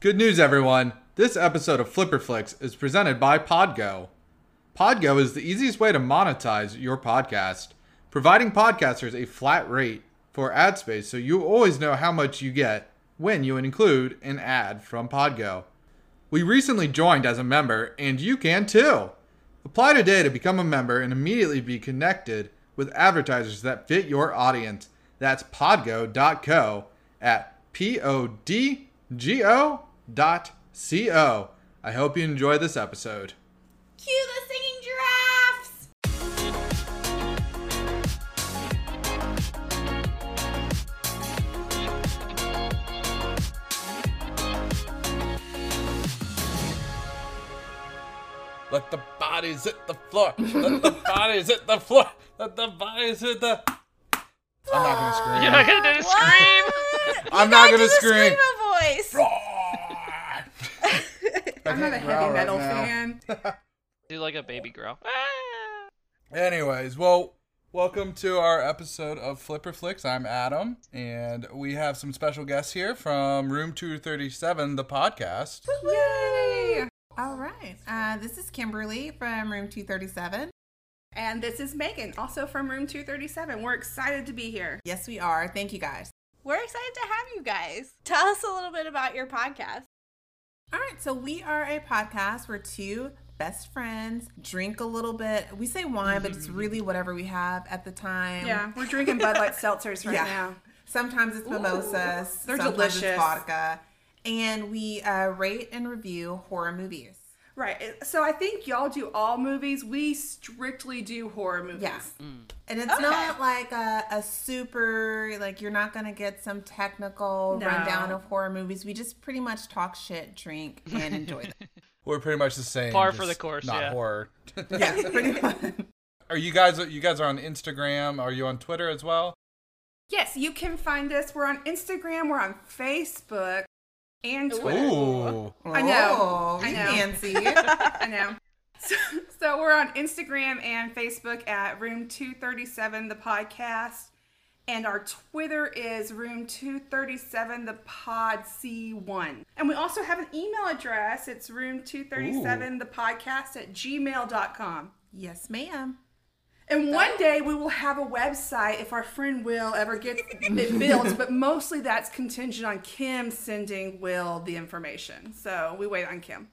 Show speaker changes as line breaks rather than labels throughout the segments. Good news, everyone. This episode of Flipper Flicks is presented by Podgo. Podgo is the easiest way to monetize your podcast, providing podcasters a flat rate for ad space so you always know how much you get when you include an ad from Podgo. We recently joined as a member, and you can too. Apply today to become a member and immediately be connected with advertisers that fit your audience. That's podgo.co at P O D G O dot C O. I hope you enjoy this episode.
Cue the singing giraffes!
Let the bodies hit the floor. Let the bodies hit the floor. Let the bodies hit the.
I'm not going to scream.
You're not gonna do a scream.
I'm not going to
the
scream.
Screamo voice!
I'm not a
growl right
heavy metal
now.
fan.
Do like a baby Ah! growl.
Anyways, well, welcome to our episode of Flipper Flicks. I'm Adam, and we have some special guests here from Room 237, the podcast.
Yay! All right. Uh, this is Kimberly from room 237.
And this is Megan, also from room 237. We're excited to be here.
Yes, we are. Thank you guys.
We're excited to have you guys. Tell us a little bit about your podcast.
All right. So, we are a podcast. We're two best friends, drink a little bit. We say wine, but it's really whatever we have at the time.
Mm-hmm. Yeah, we're drinking Bud Light seltzers right
Yeah.
now.
Sometimes it's mimosas,
they're
sometimes
delicious.
it's vodka. And we uh, rate and review horror movies.
Right. it- So I think y'all do all movies. We strictly do horror movies. Mm.
Yeah. And it's not like a, a super, like, you're not going to get some technical
No.
rundown of horror movies. We just pretty much talk shit, drink, and enjoy them.
We're pretty much the same.
Par for
just
the course,
Not
yeah.
horror.
yeah, pretty much.
Are you guys? You guys are on Instagram. Are you on Twitter as well?
Yes, you can find us. We're on Instagram, we're on Facebook, and
Ooh.
Twitter.
Ooh.
I know.
Oh,
I
you
know.
fancy.
I know. So, so we're on Instagram and Facebook at Room 237 the podcast. And our Twitter is Room 237 the pod C1. And we also have an email address. It's Room 237 the podcast at gmail.com.
yes, ma'am.
And one day we will have a website if our friend Will ever gets it built, but mostly that's contingent on Kim sending Will the information. So we wait on Kim.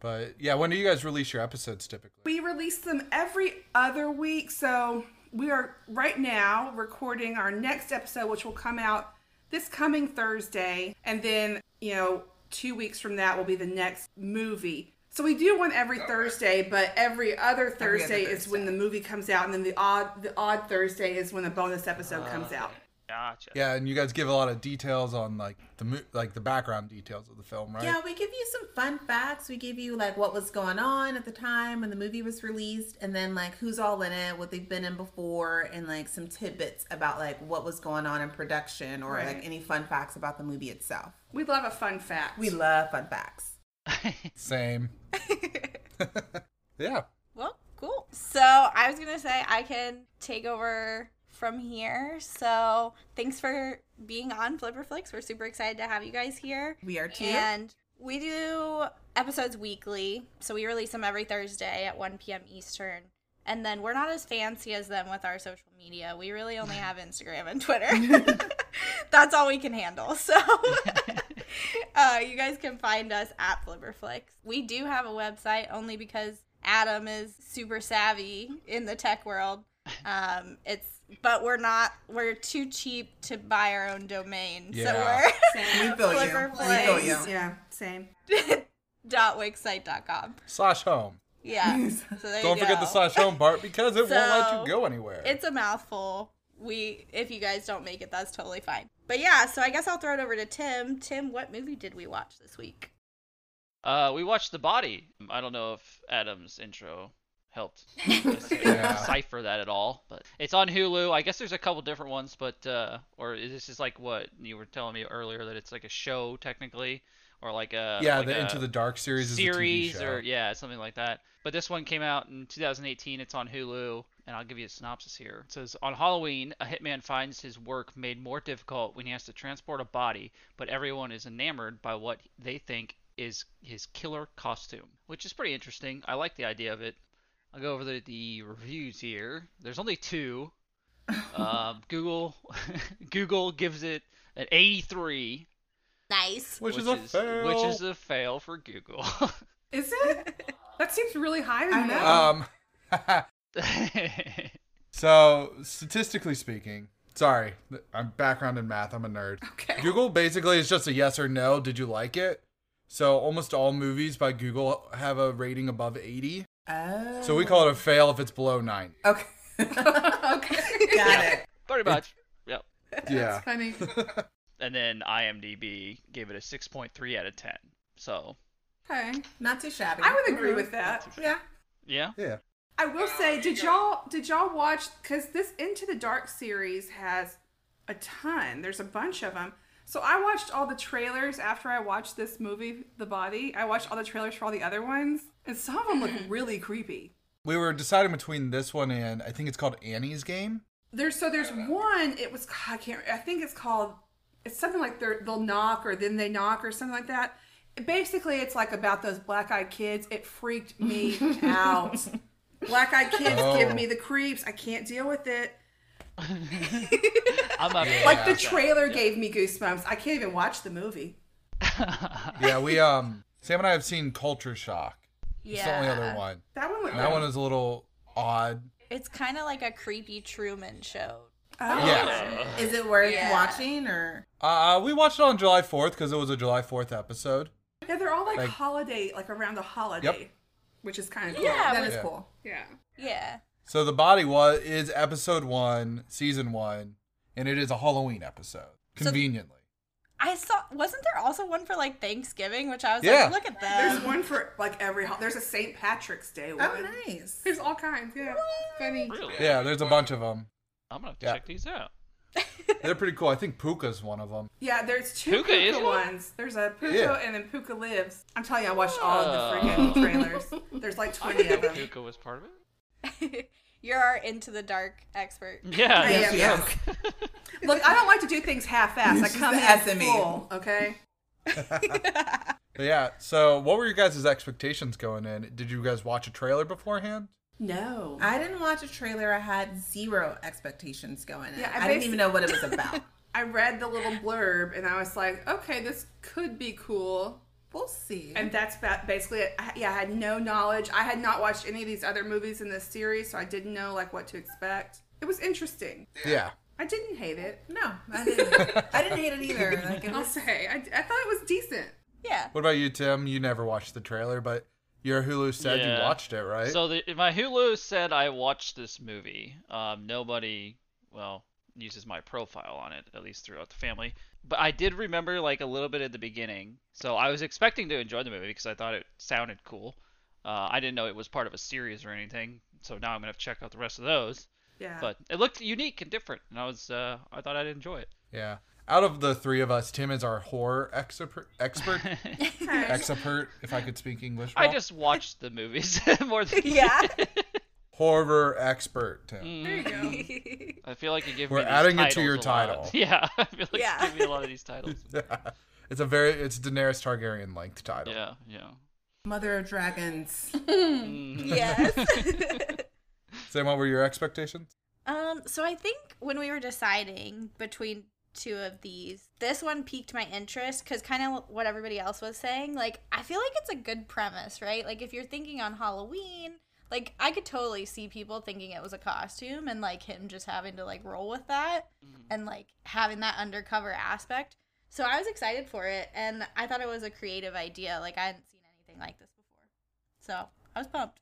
But yeah, when do you guys release your episodes typically?
We release them every other week, so we are right now recording our next episode, which will come out this coming Thursday, and then you know two weeks from that will be the next movie. So we do one every Thursday, but every other Thursday is when the movie comes out, and then the odd the odd Thursday is when the bonus
Ah,
episode comes out.
Gotcha.
Yeah, and you guys give a lot of details on like the mo- like the background details of the film, right?
Yeah, we give you some fun facts. We give you like what was going on at the time when the movie was released, and then like who's all in it, what they've been in before, and like some tidbits about like what was going on in production or
Right.
like any fun facts about the movie itself.
We love a fun fact.
We love fun facts.
Same. yeah.
Well, cool. So I was gonna say I can take over from here. So thanks for being on Flipper Flicks. We're super excited to have you guys here.
We are too.
And we do episodes weekly, so we release them every Thursday at 1 p.m. Eastern. And then we're not as fancy as them with our social media. We really only have Instagram and Twitter. That's all we can handle. So uh, you guys can find us at Flipperflix. We do have a website only because Adam is super savvy in the tech world. Um, it's but we're not we're too cheap to buy our own domain. So
Yeah.
we're
we
Same.
feel you.
Flipper
We feel you.
flags.
yeah, same.
dot wixsite.com.
Slash home.
Yeah. So there
Don't
you
forget
go.
the slash home part because it won't let
So,
you go anywhere.
It's a mouthful. We if you guys don't make it, that's totally fine. But yeah, so I guess I'll throw it over to Tim. Tim, what movie did we watch this week?
Uh, we watched The Body. I don't know if Adam's intro helped
Yeah.
cipher that at all, but it's on Hulu. I guess there's a couple different ones, but uh, or is this is like what you were telling me earlier that it's like a show technically, or like a
yeah,
like
the
a
Into the Dark series,
Oh
is
series
a TV show.
or yeah something like that. But this one came out in 2018. It's on Hulu. and I'll give you a synopsis here. It says On Halloween, a hitman finds his work made more difficult when he has to transport a body, but everyone is enamored by what they think is his killer costume, which is pretty interesting. I like the idea of it. I'll go over the, the reviews here. There's only two. um, Google Google gives it an 83,
Nice.
Which, is a
which
fail.
which is a fail for Google.
Is it? that seems really high to
I
me.
know.
um, so statistically speaking, sorry, th- I'm background in math. I'm a nerd.
Okay.
Google basically is just a yes or no. Did you like it? So almost all movies by Google have a rating above 80.
Oh.
So we call it a fail if it's below 9.
Okay.
okay.
Got it.
pretty much. Yep.
Yeah.
Funny.
And then IMDb gave it a 6.3 out of 10. So,
Okay.
Not too shabby. Mm-hmm.
I would agree with that.
Yeah.
yeah.
Yeah.
I will say, did y'all did y'all watch? Because this Into the Dark series has a ton. There's a bunch of them. So I watched all the trailers after I watched this movie, The Body. I watched all the trailers for all the other ones, and some of them look really creepy.
We were deciding between this one and I think it's called Annie's Game.
There's so there's one. It was I can't. I think it's called. It's something like they're, they'll knock or then they knock or something like that. Basically, it's like about those black eyed kids. It freaked me out. Black eyed kids
Oh.
give me the creeps. I can't deal with it.
I'm not
Like the trailer gave me goosebumps. I can't even watch the movie.
Yeah, we um Sam and I have seen Culture Shock. It's the only other one.
That one looked
And that one is a little odd.
It's kind of like a creepy Truman show.
Oh.
Yeah.
Is it worth
Yeah.
watching or?
Uh, we watched it on July 4th because it was a July 4th episode.
Yeah, they're all like,
Like-
holiday, like around a holiday,
Yep.
which is kind of cool.
Yeah.
That
we-
is
Yeah.
cool.
Yeah.
yeah.
So the body was is episode one, season one, and it is a Halloween episode. Conveniently.
I saw. Wasn't there also one for like Thanksgiving? Which I was
Yeah.
like, look at
There's
that.
one for like every. Ho- there's a St. Patrick's Day one.
Oh, nice.
There's all kinds. Yeah. Funny.
Really?
yeah, there's a bunch of them.
I'm going to have to
Yeah.
check these out.
They're pretty cool. I think Puka's one of them.
Yeah, there's two
Puka
Puka,
is one?
ones. There's a Puka
Yeah.
and then Puka Lives. I'm telling you, I watched all of the
Ah.
freaking trailers. There's like
I
20
didn't
of
know
them.
Puka was part of it.
You're our into the dark expert.
Yeah.
I am,
Yes,
yeah. Look, I don't like to do things half-assed. I
She's
come
the
at
SME.
full, okay?
But yeah, so what were your guys' expectations going in? Did you guys watch a trailer beforehand?
No.
I didn't watch a trailer. I had zero expectations going in.
Yeah, I
I, didn't
basi-
even know what it was about.
I read the little blurb and I was like, okay, this could be cool.
we'll see.
And that's ba- basically it. I, yeah, I had no knowledge. I had not watched any of these other movies in this series, so I didn't know like what to expect. It was interesting.
Yeah.
I didn't hate it.
no, I didn't. I didn't hate it either. Like it
I'll
was,
say I, I thought it was decent.
Yeah.
What about you, Tim? You never watched the trailer, but your Hulu said you
Yeah.
watched it, right?
So the, my Hulu said I watched this movie. Um, nobody, well, uses my profile on it at least throughout the family. But I did remember like a little bit at the beginning, so I was expecting to enjoy the movie because I thought it sounded cool. Uh, I didn't know it was part of a series or anything, so now I'm gonna have to check out the rest of those.
Yeah.
But it looked unique and different, and I was uh, I thought I'd enjoy it.
yeah. Out of the three of us, Tim is our horror expert. Expert. expert. If I could speak English.
I
well.
just watched the movies more than Mm.
Yeah.
horror expert, Tim.
there you go.
I feel like you give
We're
me these
adding it to
titles
your
a lot.
title.
Yeah, I feel like
Yeah.
you give me a lot of these titles.
It's a very it's Daenerys Targaryen length title.
Mm. Yeah, yeah. Mm.
Mother of Dragons.
yes.
Sam, what were your expectations?
Um, so I think when we were deciding between two of these, this one piqued my interest because kind of what everybody else was saying. Like, I feel like it's a good premise, right? Like, if you're thinking on Halloween, like, I could totally see people thinking it was a costume and like him just having to like roll with that and like having that undercover aspect. So I was excited for it and I thought it was a creative idea. Like, I hadn't seen anything like this before. So I was pumped.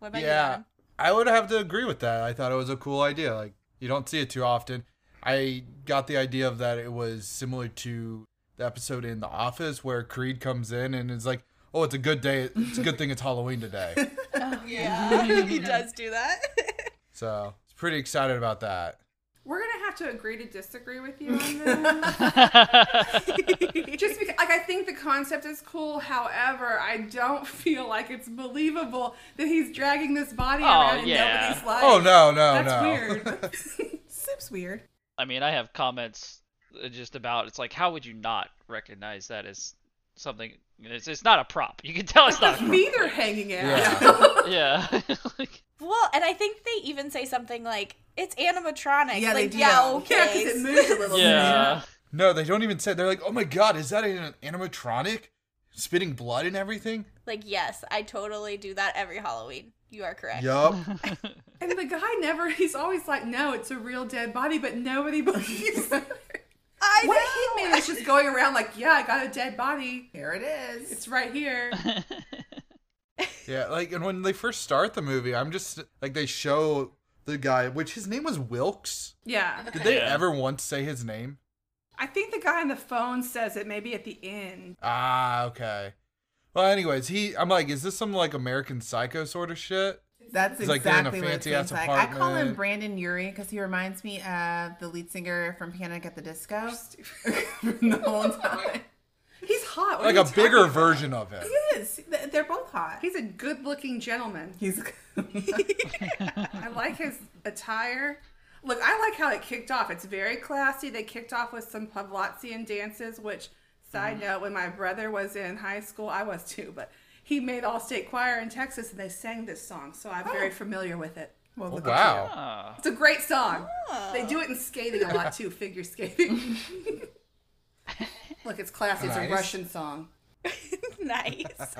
What about you? Adam?
I would have to agree with that. I thought it was a cool idea. Like you don't see it too often. I got the idea of that it was similar to the episode in The Office where Creed comes in and is like, "Oh, it's a good day. It's a good thing it's Halloween today."
Yeah, he does do that.
So pretty excited about that.
We're gonna have to agree to disagree with you on this. Just because, like, like I think the concept is cool. However, I don't feel like it's believable that he's dragging this body
Oh,
around in
yeah.
nobody's life.
Oh no, no,
That's
no.
weird.
Seems weird.
I mean, I have comments uh, just about it's like how would you not recognize that as something? It's, it's not a prop. You can tell it's not. A prop.
Feet are hanging out.
Yeah.
yeah. Like,
Well, and I think they even say something like, it's animatronic.
Yeah, they
like,
do
yeah,
that.
okay.
Yeah, because it moves a little
yeah.
No, they don't even say. They're like, oh my god, is that an animatronic spitting blood and everything?
Like, yes, I totally do that every Halloween. You are correct.
Yup.
bit. And the guy never, he's always like, no, it's a real dead body, but nobody believes him.
I
What
know.
a hitman is just going around like, yeah, I got a dead body.
Here it is.
It's right here.
Yeah, like and when they first start the movie, I'm just like they show the guy, which his name was Wilkes.
Yeah.
Did they
Yeah.
ever once say his name?
I think the guy on the phone says it maybe at the end.
Ah, okay. Well, anyways, he I'm like, is this some like American Psycho sort of shit?
That's
It's like they're in a
exactly what it
fancy-ass
seems like. I call him
apartment.
Brandon Urie because he reminds me of the lead singer from Panic at the Disco. the whole time.
He's hot. What are
Like
you
a
talking
bigger
about?
version of it.
Yes, th- they're both hot.
He's a good looking gentleman.
He's
I like his attire. Look, I like how it kicked off. It's very classy. They kicked off with some Pavlotsian dances, which, side note, when my brother was in high school, I was too, but he made All State Choir in Texas and they sang this song, so I'm very familiar with it.
well,
Oh,
look at
wow.
Ah.
It's a great song. They do it in skating a lot too, figure skating. Look, it's classy. It's
Nice.
a Russian song.
nice.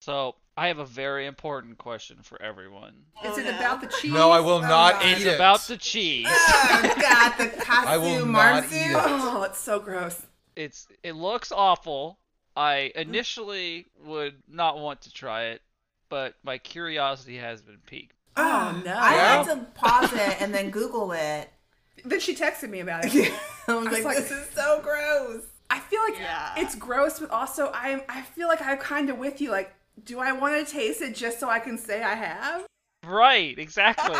so I have a very important question for everyone.
Is it about the cheese? Oh
No, I will not
God.
eat
It's
it.
about the cheese.
Oh, God, the katsu
I will not
marzu.
eat it.
Oh, it's so gross.
It's it looks awful. I initially would not want to try it, but my curiosity has been piqued.
Oh, no.
Ah, I
Yeah.
had to pause it and then Google it.
Then she texted me about it.
I was like,
like-
this is so gross.
I feel like
Yeah.
it's gross, but also I'm I feel like I'm kind of with you. Like, do I want to taste it just so I can say I have?
Right, exactly.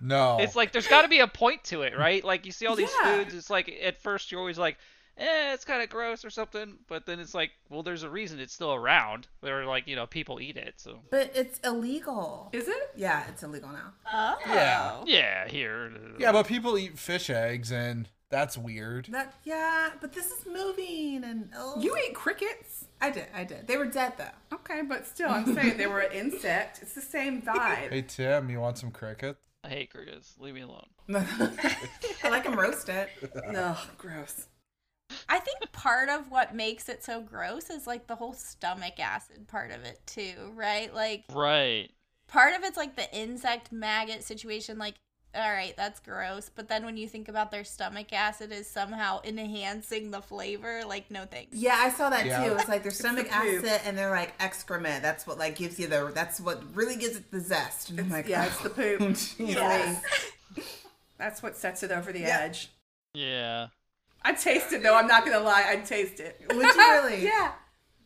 No.
It's like there's got to be a point to it, right? Like you see all these
Oh. Yeah.
foods, it's like at first you're always like, eh, it's kind of gross or something, but then it's like, well, there's a reason it's still around. There are like you know people eat it, so
But it's illegal.
Is it?
Yeah, it's illegal now.
Oh.
Yeah.
yeah, here.
Yeah, but people eat fish eggs and that's weird.
That yeah, but this is moving and oh,
You eat crickets?
I did, I did. They were dead though.
Okay, but still, I'm saying they were an insect. It's the same vibe.
Hey Tim, you want some crickets?
I hate crickets. Leave me alone.
I like them roasted.
Ugh, gross.
I think part of what makes it so gross is like the whole stomach acid part of it too, right? Like
Right.
part of it's like the insect maggot situation like all right, that's gross, but then when you think about their stomach acid is somehow enhancing the flavor, like no thanks.
Yeah, I saw that
Yeah.
too. It's like their stomach
the poop.
acid and they're like excrement. That's what like gives you the. That's what really gives it the zest. And I'm like, oh,
yeah, it's the poop.
Yes.
That's what sets it over the
Yeah.
edge.
Yeah.
I taste it though. I'm not gonna lie. I taste it.
Would you really?
yeah.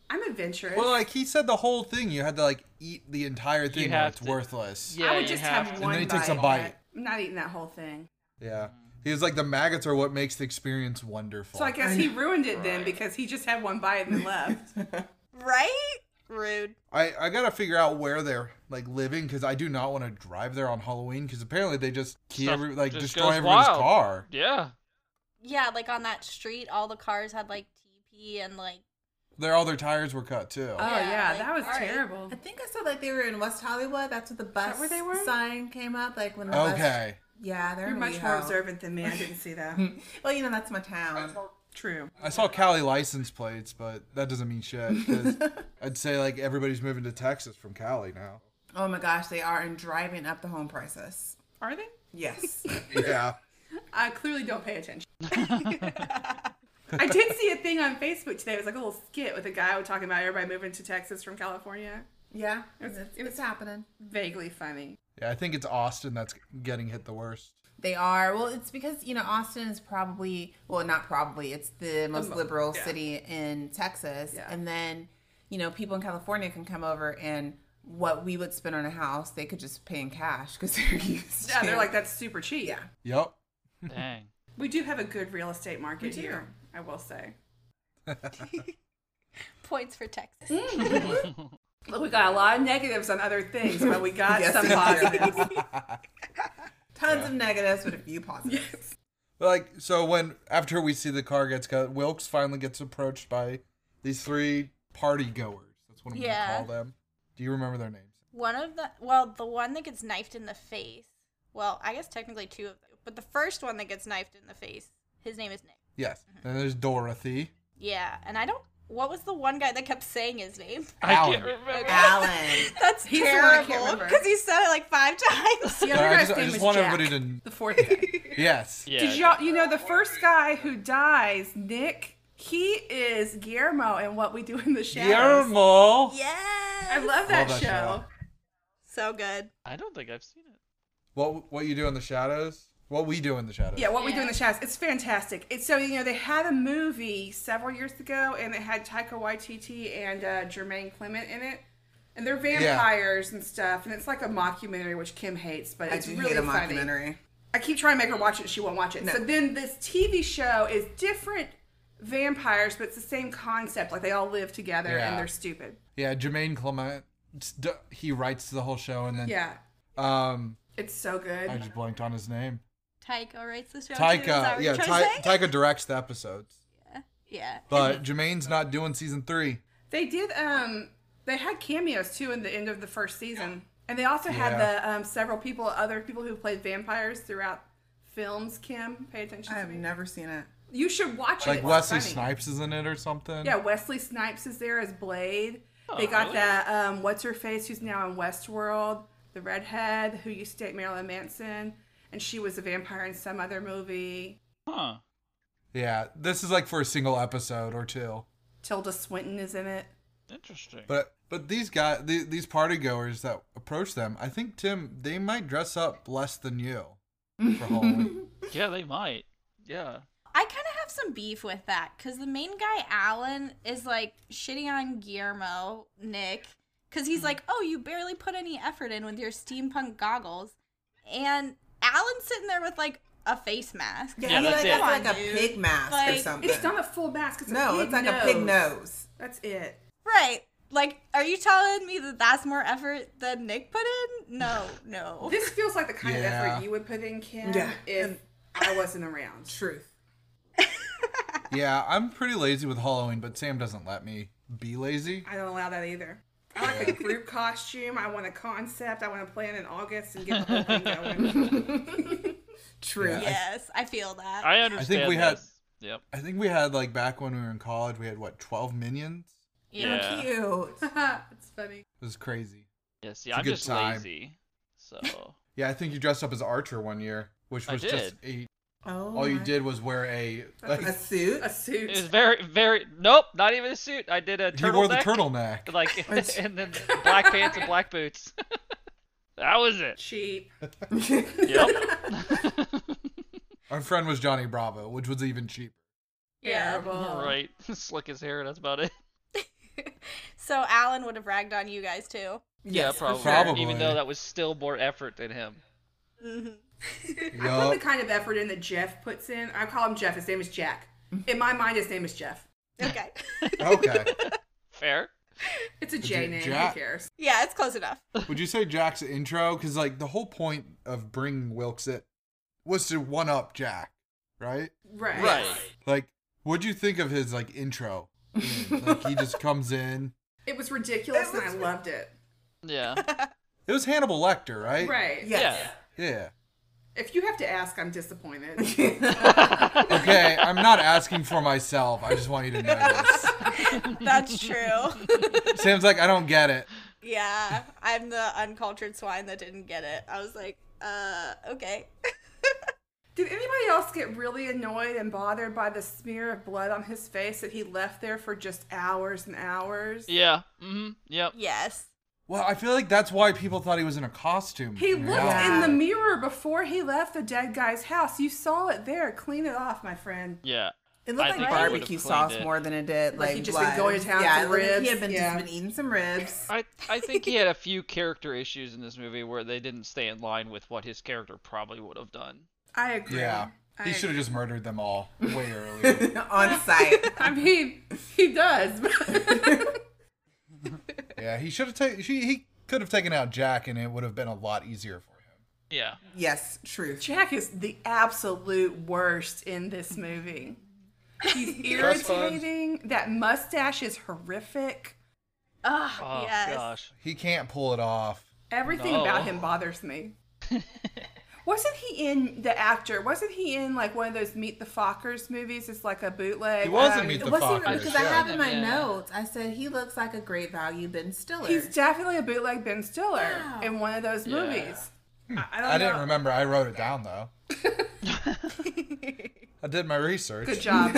I'm adventurous.
Well, like he said the whole thing, you had to like eat the entire thing or
have
it's
to-
worthless.
Yeah,
I would
you
just have,
have to.
And
one.
then he takes a bite.
I'm not eating that whole thing.
Yeah. He was like the maggots are what makes the experience wonderful.
So I guess he ruined it then because he just had one bite and then left.
Right? Rude.
I, I gotta figure out where they're like living because I do not want to drive there on Halloween because apparently they just key
Stuff
every, like
just
destroy
goes
everyone's
wild.
car.
Yeah.
Yeah, like on that street all the cars had like TP and like
Their all their tires were cut too.
Oh yeah,
Yeah, like,
that was
all right.
terrible.
I think I saw like they were in West Hollywood. That's what the bus
that where they were?
sign came up. Like when the bus-
okay,
yeah, they're
You're
in
much
WeHo.
more observant than me. I didn't see that.
Well, you know that's my town.
True.
I saw Cali license plates, but that doesn't mean shit. 'cause I'd say like everybody's moving to Texas from Cali now.
Oh my gosh, they are and driving up the home prices.
Are they?
Yes.
Yeah,
I clearly don't pay attention. I did see a thing on Facebook today. It was like a little skit with a guy talking about everybody moving to Texas from California.
yeah, it's, it's happening.
Vaguely funny.
yeah. I think it's Austin that's getting hit the worst.
They are. Well, it's because, you know, Austin is probably, well, not probably, it's the most
mo-
liberal
yeah.
city in Texas.
Yeah.
And then, you know, people in California can come over and what we would spend on a house, they could just pay in cash because they're used
Yeah,
to
they're like that's super cheap. Yeah,
Yep.
Dang.
we do have a good real estate market
do.
here. I will say.
Points for Texas.
Mm. Look, we got a lot of negatives on other things, but we got
Yes,
some
we did.
positives.
Tons of negatives, but a few positives.
Like so, when after we see the car gets cut, Wilkes finally gets approached by these three party goers. That's what I'm
Yeah.
gonna call them. Do you remember their names?
One of the well, the one that gets knifed in the face. Well, I guess technically two of them, but the first one that gets knifed in the face, his name is Nick.
Yes.
Mm-hmm.
Then there's Dorothy.
Yeah, and I don't. What was the one guy that kept saying his name?
I can't
Alan.
remember.
Alan.
That's
He's the one I can't
terrible
remember.
because he said it like five times.
The other
Sorry, I
guy's
just, I
name
just
was
want
Jack,
everybody
the fourth guy.
to. Yes.
Yeah.
Did y'all, you know, the first guy who dies, Nick, he is Guillermo in What We Do in the Shadows.
Guillermo.
I
Yes.
love that,
Love that
show.
show.
So good.
I don't think I've seen it.
What what you do in the shadows? What we do in the shadows?
Yeah, What We Do in the Shadows. It's fantastic. It's so, you know, they had a movie several years ago and it had Taika Waititi and uh, Jermaine Clement in it. And they're vampires and stuff. And it's like a mockumentary, which Kim hates, but
I
it's
do
really
hate a
funny.
mockumentary.
I keep trying to make her watch it. She won't watch it.
No.
So then this TV show is different vampires, but it's the same concept. Like they all live together
Yeah.
and they're stupid.
Yeah, Jermaine Clement. it's d- He writes the whole show, and then
Yeah.
um,
It's so good.
I just blanked on his name.
Tycho writes the show. too, is that
Taika.
what
Yeah,
you're trying to
Ty-
say?
Taika directs the episodes,
Yeah.
but Jermaine's not doing season three.
They did. Um, they had cameos too in the end of the first season, and they also had
Yeah.
the um, several people, other people who played vampires throughout films. Kim, pay attention
I
to
have
me.
never seen it.
you should watch it.
Like
It's
Wesley
funny.
Snipes is in it or something.
Yeah, Wesley Snipes is there as Blade. they got that um, what's her face who's now in Westworld, the redhead who used to date Marilyn Manson, and she was a vampire in some other movie.
Huh.
Yeah, this is like for a single episode or two.
Tilda Swinton is in it.
Interesting.
But but these guys, the, these party goers that approach them, I think Tim, they might dress up less than you for Halloween.
yeah, they might. Yeah.
I kind of have some beef with that because the main guy, Alan, is like shitting on Guillermo, Nick, because he's like, oh, you barely put any effort in with your steampunk goggles. And Alan's sitting there with like a face mask.
Yeah,
Yeah,
I feel
that's
like that's
it.
like a
Come on, dude.
pig mask or
Like,
something.
It's not a full mask. It's a
no,
big
it's like a pig nose.
That's it.
Right. Like, are you telling me that that's more effort than Nick put in? No, no.
This feels like the kind of
Yeah.
effort you would put in, Kim,
Yeah.
if
And-
I wasn't around.
Truth.
yeah, I'm pretty lazy with Halloween, but Sam doesn't let me be lazy.
I don't allow that either. I like a group costume. I want a concept. I want to plan in August and get the whole thing going.
Truth.
Yeah.
yes, I feel
Uh,
that.
I understand.
we had-
this. Yep.
I think we had like back when we were in college, we had what 12 minions.
Oh, Cute.
it's funny.
It was crazy.
Yeah. See,
It's a
I'm
good
just
time.
lazy. So.
Yeah, I think you dressed up as Archer one year, which
I
was just
did.
a,
Oh,
all you
my-
did was wear a like,
A suit.
A suit.
It was very, very. Nope, not even a suit. I did a turtleneck.
he wore the turtleneck.
Like, and then black pants and black boots. that was it.
cheap.
Yep.
Our friend was Johnny Bravo, which was even cheaper.
Yeah.
right. Slick his hair. That's about it.
So Alan would have ragged on you guys too.
yeah,
Yes, for
probably.
sure. Probably.
Even though that was still more effort than him.
I
Yup.
love the kind of effort in that Jeff puts in. I call him Jeff. His name is Jack. In my mind, his name is Jeff.
Okay.
Okay.
Fair.
It's a J
it
name.
Jack?
Who cares?
yeah, it's close enough.
Would you say Jack's intro? Because like the whole point of bringing Wilkes it was to one up Jack, right?
Right.
Like, what'd you think of his like intro? like he just comes in.
It was ridiculous, and I loved it.
Yeah.
It was Hannibal Lecter, right?
Right.
Yes.
Yeah.
If you have to ask, I'm disappointed.
Okay, I'm not asking for myself. I just want you to know this.
That's true.
Sam's like, I don't get it.
yeah, I'm the uncultured swine that didn't get it. I was like, uh, okay.
Did anybody else get really annoyed and bothered by the smear of blood on his face that he left there for just hours and hours?
Yeah. Mm-hmm. Yep.
yes.
Well, I feel like that's why people thought he was in a costume.
He
in
looked
reality.
in the mirror before he left the dead guy's house. You saw it there. Clean it off, my friend.
Yeah.
It looked
I
like
think they would've
barbecue
cleaned
sauce
it.
more than it
Like
did. Like,
he'd just been
blood.
going to town
yeah,
for
it looked like
ribs.
He had been
Yeah.
just been eating some ribs.
I, I think he had a few character issues in this movie where they didn't stay in line with what his character probably would have done.
I agree.
Yeah.
I
He should
agree.
have just murdered them all way earlier.
on site.
I mean, He does.
Yeah, he should have taken. He could have taken out Jack, and it would have been a lot easier for him.
Yeah.
Yes, truth.
Jack is the absolute worst in this movie. He's
Trust funds.
irritating. That mustache is horrific.
Oh,
Oh
yes.
gosh.
He can't pull it off.
Everything about
No.
him bothers me. wasn't he in the actor? Wasn't he in like one of those Meet the Fockers movies? It's like a bootleg.
He was in
um,
Meet the
It wasn't
Fockers,
because I
yeah.
have in my
Yeah.
notes. I said he looks like a great value Ben Stiller.
He's definitely a bootleg Ben Stiller
Wow.
in one of those
Yeah.
movies. I, I don't
Hmm. I
know.
didn't remember. I wrote it down though. I did my research.
Good job.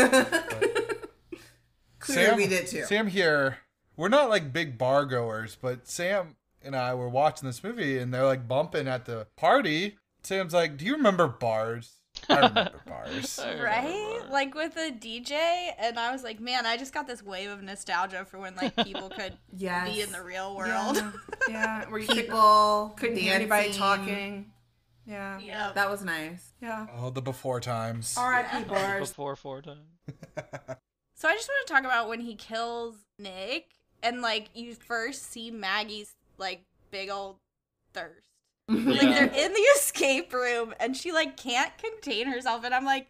Clearly we did too.
Sam here. We're not like big bar goers, but Sam and I were watching this movie, and they're like bumping at the party. Sam's like, "Do you remember bars?" I remember bars.
Right? Like with a DJ, and I was like, man, I just got this wave of nostalgia for when like people could
Yes.
be in the real world.
Yeah.
yeah, where you could,
People
couldn't hear anybody
dancing.
talking. Yeah,
Yep.
That was nice.
yeah.
Oh, the before times.
R.I.P. Bars.
Before four times.
So I just want to talk about when he kills Nick and like you first see Maggie's like big old thirst. Like they're in the escape room and she like can't contain herself and I'm like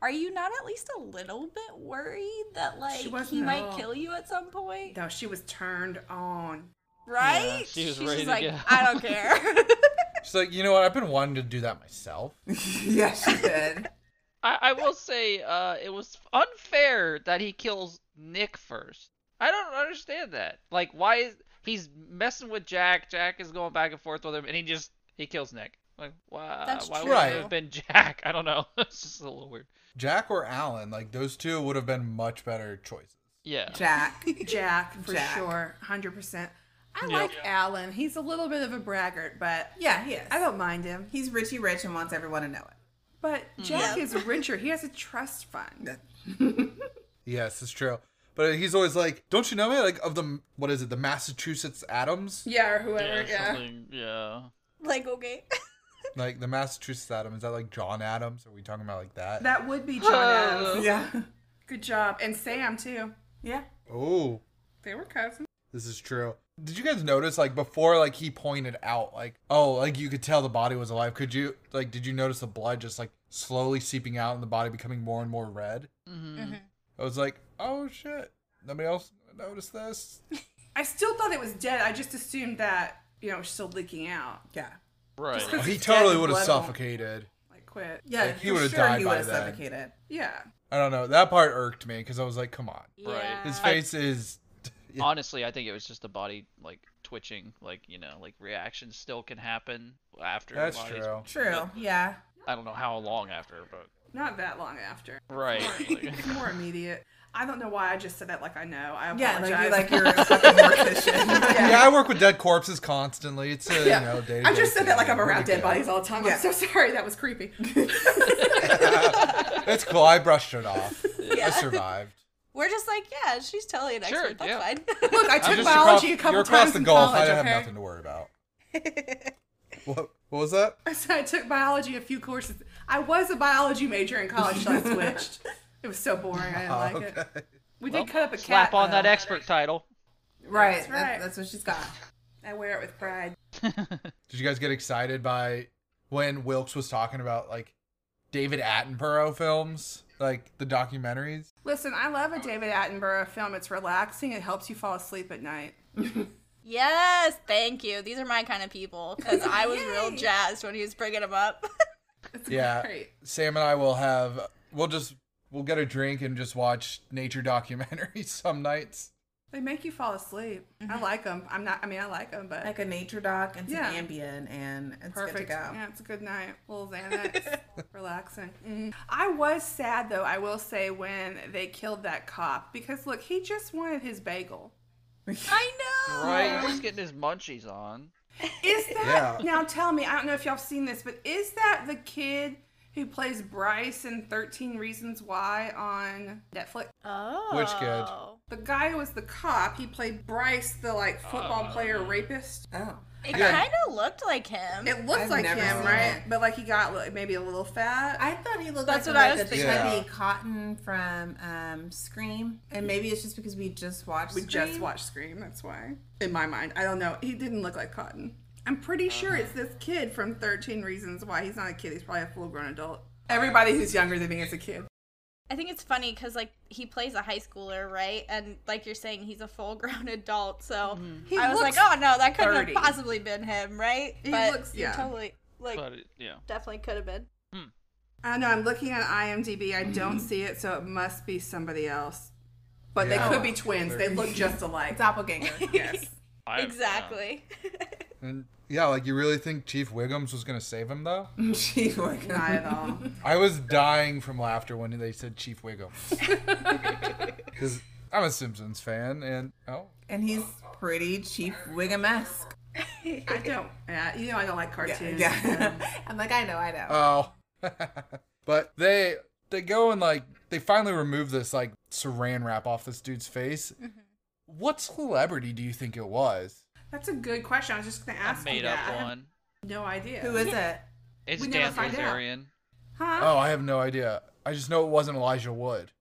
are you not at least a little bit worried that like
She
he
wasn't at
might
all.
kill you at some point?
No, she was turned on.
Right?
Yeah, she was
She's
ready
just
to
like
go.
I don't care.
She's like, "You know what? I've been wanting to do that myself."
yes, she did.
I, I will say uh, it was unfair that he kills Nick first. I don't understand that. Like, why is he's messing with Jack? Jack is going back and forth with him, and he just he kills Nick. Like, why?
That's
why
true.
would it have been Jack? I don't know. it's just a little weird.
Jack or Alan, like those two would have been much better choices.
Yeah.
Jack.
Jack for
Jack.
sure, hundred percent. I
Yeah.
like Alan. He's a little bit of a braggart, but
Yeah, he is.
I don't mind him.
He's Richie Rich and wants everyone to know it.
But Jack
Yeah.
is richer. He has a trust fund.
Yes, it's true. But he's always like, "Don't you know me?" Like of the what is it, the Massachusetts Adams?
Yeah, or
something. Yeah.
like okay.
Like the Massachusetts Adam is that like John Adams? Are we talking about like that?
That would be John Adams.
Yeah.
Good job. And Sam too.
Yeah.
oh,
They were cousins.
this is true. Did you guys notice like before like he pointed out like oh like you could tell the body was alive? Could you like did you notice the blood just like slowly seeping out and the body becoming more and more red?
Mm-hmm.
I was like, oh shit, nobody else noticed this.
I still thought it was dead. I just assumed that, you know, it was still leaking out.
Yeah.
Right.
Oh, he
It's
totally
dead
would have
blood won't-
suffocated.
Like quit.
Yeah.
Like, he
for
would've
sure
died
he
by
would've
then.
suffocated.
Yeah.
I don't know. That part irked me because I was like, come on.
Yeah.
His face is. Yeah.
Honestly, I think it was just the body like twitching, like you know, like reactions still can happen after. the
That's
body's-
true.
True. Yeah.
I don't know how long after, but
Not that long after.
right. like-
More immediate. I don't know why I just said that like I know. I
Yeah.
apologize.
Like you're like you're a fucking mortician.
Yeah, I work with dead corpses constantly. It's a, you know, day
I just said that like I'm around dead bodies all the time.
Yeah.
I'm so sorry. That was creepy.
It's cool. I brushed it off. I survived.
We're just like, yeah, she's totally an
Sure,
expert. That's
yeah.
fine.
Look, I
I'm
took
just across,
biology a couple
you're across
times
the
in
Gulf.
college.
I don't
okay?
have nothing to worry about. what, what was that?
I said I took biology a few courses. I was a biology major in college, so I switched. it was so boring. I didn't like it. We did cut up a
Slap
cat.
on that
though.
expert title.
Right.
That's
That's,
right.
that's what she's got.
I wear it with pride.
Did you guys get excited by when Wilkes was talking about like David Attenborough films, like the documentaries?
Listen, I love a David Attenborough film. It's relaxing. It helps you fall asleep at night.
Yes, thank you. These are my kind of people because I was real jazzed when he was bringing them up.
Yeah.
Great.
Sam and I will have we'll just we'll get a drink and just watch nature documentaries some nights.
They make you fall asleep. I like them. I'm not. I mean, I like them, but
Mm-hmm. Like a nature doc and some
Yeah.
Ambien, and it's good to
perfect.
go.
Yeah, it's a good night. little Xanax, relaxing. Mhm. I was sad though. I will say when they killed that cop because look, he just wanted his bagel.
I know.
Right, he's just getting his munchies on.
Is that
Yeah.
now? Tell me. I don't know if y'all have seen this, but is that the kid who plays Bryce in Thirteen Reasons Why on Netflix?
Oh.
Which kid?
The guy who was the cop. He played Bryce, the like football player rapist.
Oh.
It
Yeah.
kind of looked like him.
It looks
I've
like
never
him,
seen
right?
it.
But like he got like, maybe a little fat.
I thought he looked
That's
like,
what I
like
was
a
thinking.
chubby cotton from um, Scream, and maybe it's just because we just watched.
we just
Scream.
watched Scream. That's why, in my mind, I don't know. He didn't look like Cotton. I'm pretty sure it's this kid from 13 Reasons Why. He's not a kid. He's probably a full-grown adult. Everybody who's younger than me is a kid.
I think it's funny because like he plays a high schooler, right? And like you're saying, he's a full-grown adult. So
He
I was like,
looks
oh no, that couldn't
30.
have possibly been him, right?
He
but
looks-
you
yeah.
totally like
But it, yeah.
definitely could have been.
I don't know. I'm looking at IMDb.
Mm-hmm.
I don't see it, so it must be somebody else. But
Yeah.
they could be twins. They look just alike.
Doppelganger.
yes.
I- yeah.
exactly.
And yeah, like you really think Chief Wiggums was gonna save him though?
She's working
Not
on it.
at all.
I was dying from laughter when they said Chief Wiggums. Because I'm a Simpsons fan, and oh,
and he's pretty Chief Wiggum esque.
I don't. Yeah, you know I don't like cartoons.
Yeah, I'm like, I know, I know.
oh. but they they go and like they finally remove this like saran wrap off this dude's face. What celebrity do you think it was?
That's a good question. I was just gonna
I
ask you
made up
that. I have
one.
no idea.
Who is it?
It's
We never
Dan
find out.
Bilzerian.
Huh?
Oh, I have no idea. I just know it wasn't Elijah Wood.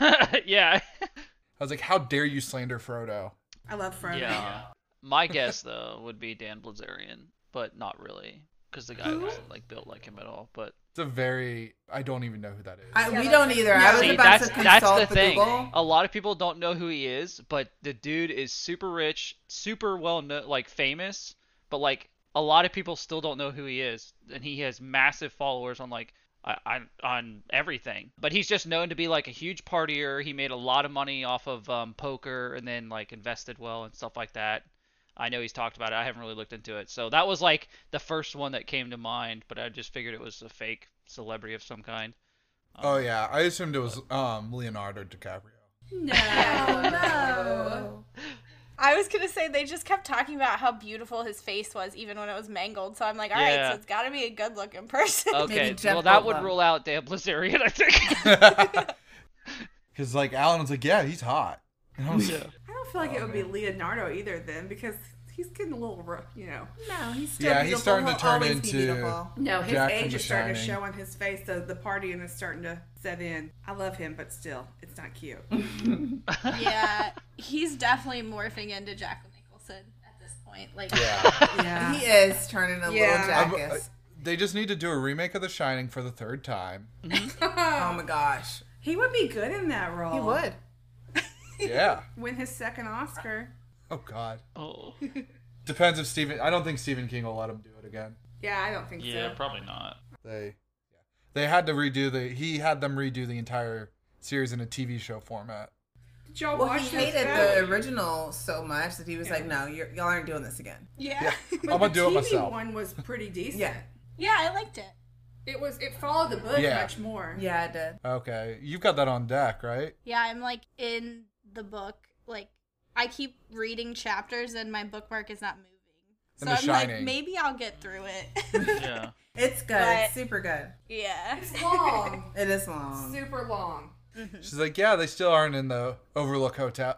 yeah.
I was like, how dare you slander Frodo?
I love Frodo.
Yeah. My guess though would be Dan Bilzerian, but not really, because the guy wasn't like built like him at all. But
It's a very I don't even know who that is.
I,
Yeah,
we
that's-
don't either. I
Yeah.
was
see,
about
that's
to
that's
consult
the
the
thing.
Google.
A lot of people don't know who he is, but the dude is super rich, super well known, like famous. But like a lot of people still don't know who he is, and he has massive followers on like I- on on everything. But he's just known to be like a huge partier. He made a lot of money off of um, poker, and then like invested well and stuff like that. I know he's talked about it. I haven't really looked into it. So that was like the first one that came to mind, but I just figured it was a fake celebrity of some kind.
oh yeah, I assumed it was um Leonardo DiCaprio.
No.
No.
I was gonna say they just kept talking about how beautiful his face was, even when it was mangled. So I'm like, all right,
Yeah. Oh,
so it's got to be a good-looking person.
Okay,
Jeff
well that would
Goldblum.
rule out Dan Blazarian, I think.
Because like Alan was like, yeah, he's hot. And I was like,
I don't feel like it would
Oh,
be Leonardo either then because he's getting a little rough, you know.
No, he's still
Yeah,
yeah,
he's
he's
starting to turn
always
into-
Be beautiful.
No, his
Jack from
age
The
is starting to
Shining.
show on his face. The the partying is starting to set in. I love him, but still, it's not cute.
yeah, he's definitely morphing into Jack Nicholson at this point. Like,
yeah.
yeah.
He is turning a
Yeah.
I'm-
little jackass.
they just need to do a remake of The Shining for the third time.
Oh my gosh, Oh.
He would be good in that role.
he would.
Yeah.
Win his second Oscar.
Oh God.
oh.
Depends if Stephen. I don't think Stephen King will let him do it again.
Yeah, I don't think
Yeah,
so.
probably not.
They. Yeah. They had to redo the. He had them redo the entire series in a TV show format.
Did y'all
Well,
watch
he
this
hated
back?
the original so much that he was like, "No, you're, y'all aren't doing this again."
Yeah.
I'm gonna
the
do it
TV
myself.
one was pretty decent.
Yeah,
yeah, I liked it.
It was it followed the book
Yeah.
much more.
yeah, it did.
Okay, you've got that on deck, right?
Yeah, I'm like in the book. Like, I keep reading chapters, and my bookmark is not moving. So
And The
I'm like,
Shining.
maybe I'll get through it.
Yeah.
It's good.
But-
it's super good.
yeah.
Long.
It is long.
Super long.
She's like, yeah, they still aren't in the Overlook Hotel,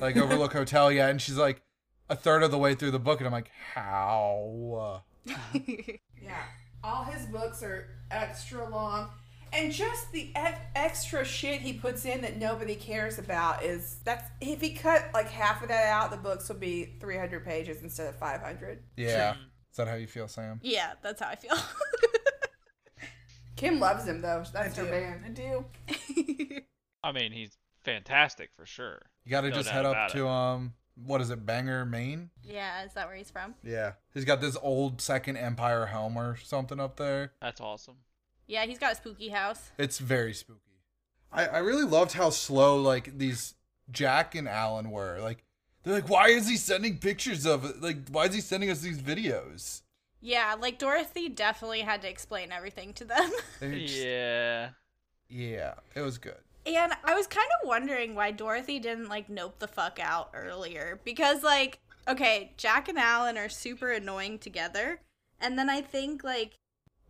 like Overlook Hotel yet. And she's like, a third of the way through the book, and I'm like, how?
Yeah. All his books are extra long. And just the e- extra shit he puts in that nobody cares about is that's if he cut like half of that out, the books would be 300 pages instead of 500.
Yeah. Is that how you feel, Sam?
Yeah, that's how I feel.
Kim loves him though. That's
I
her
do.
man. I do.
I mean, he's fantastic for sure.
You got to
No
just
doubt
head up
about
to um, what is it, Bangor, Maine?
yeah, is that where he's from?
Yeah. He's got this old Second Empire home or something up there.
That's awesome.
Yeah, he's got a spooky house.
It's very spooky. I I really loved how slow like these Jack and Alan were. Like they're like, why is he sending pictures of it? Like why is he sending us these videos?
Yeah, like Dorothy definitely had to explain everything to them.
They were just-
Yeah.
Yeah, it was good.
And I was kind of wondering why Dorothy didn't like nope the fuck out earlier because like okay, Jack and Alan are super annoying together. And then I think like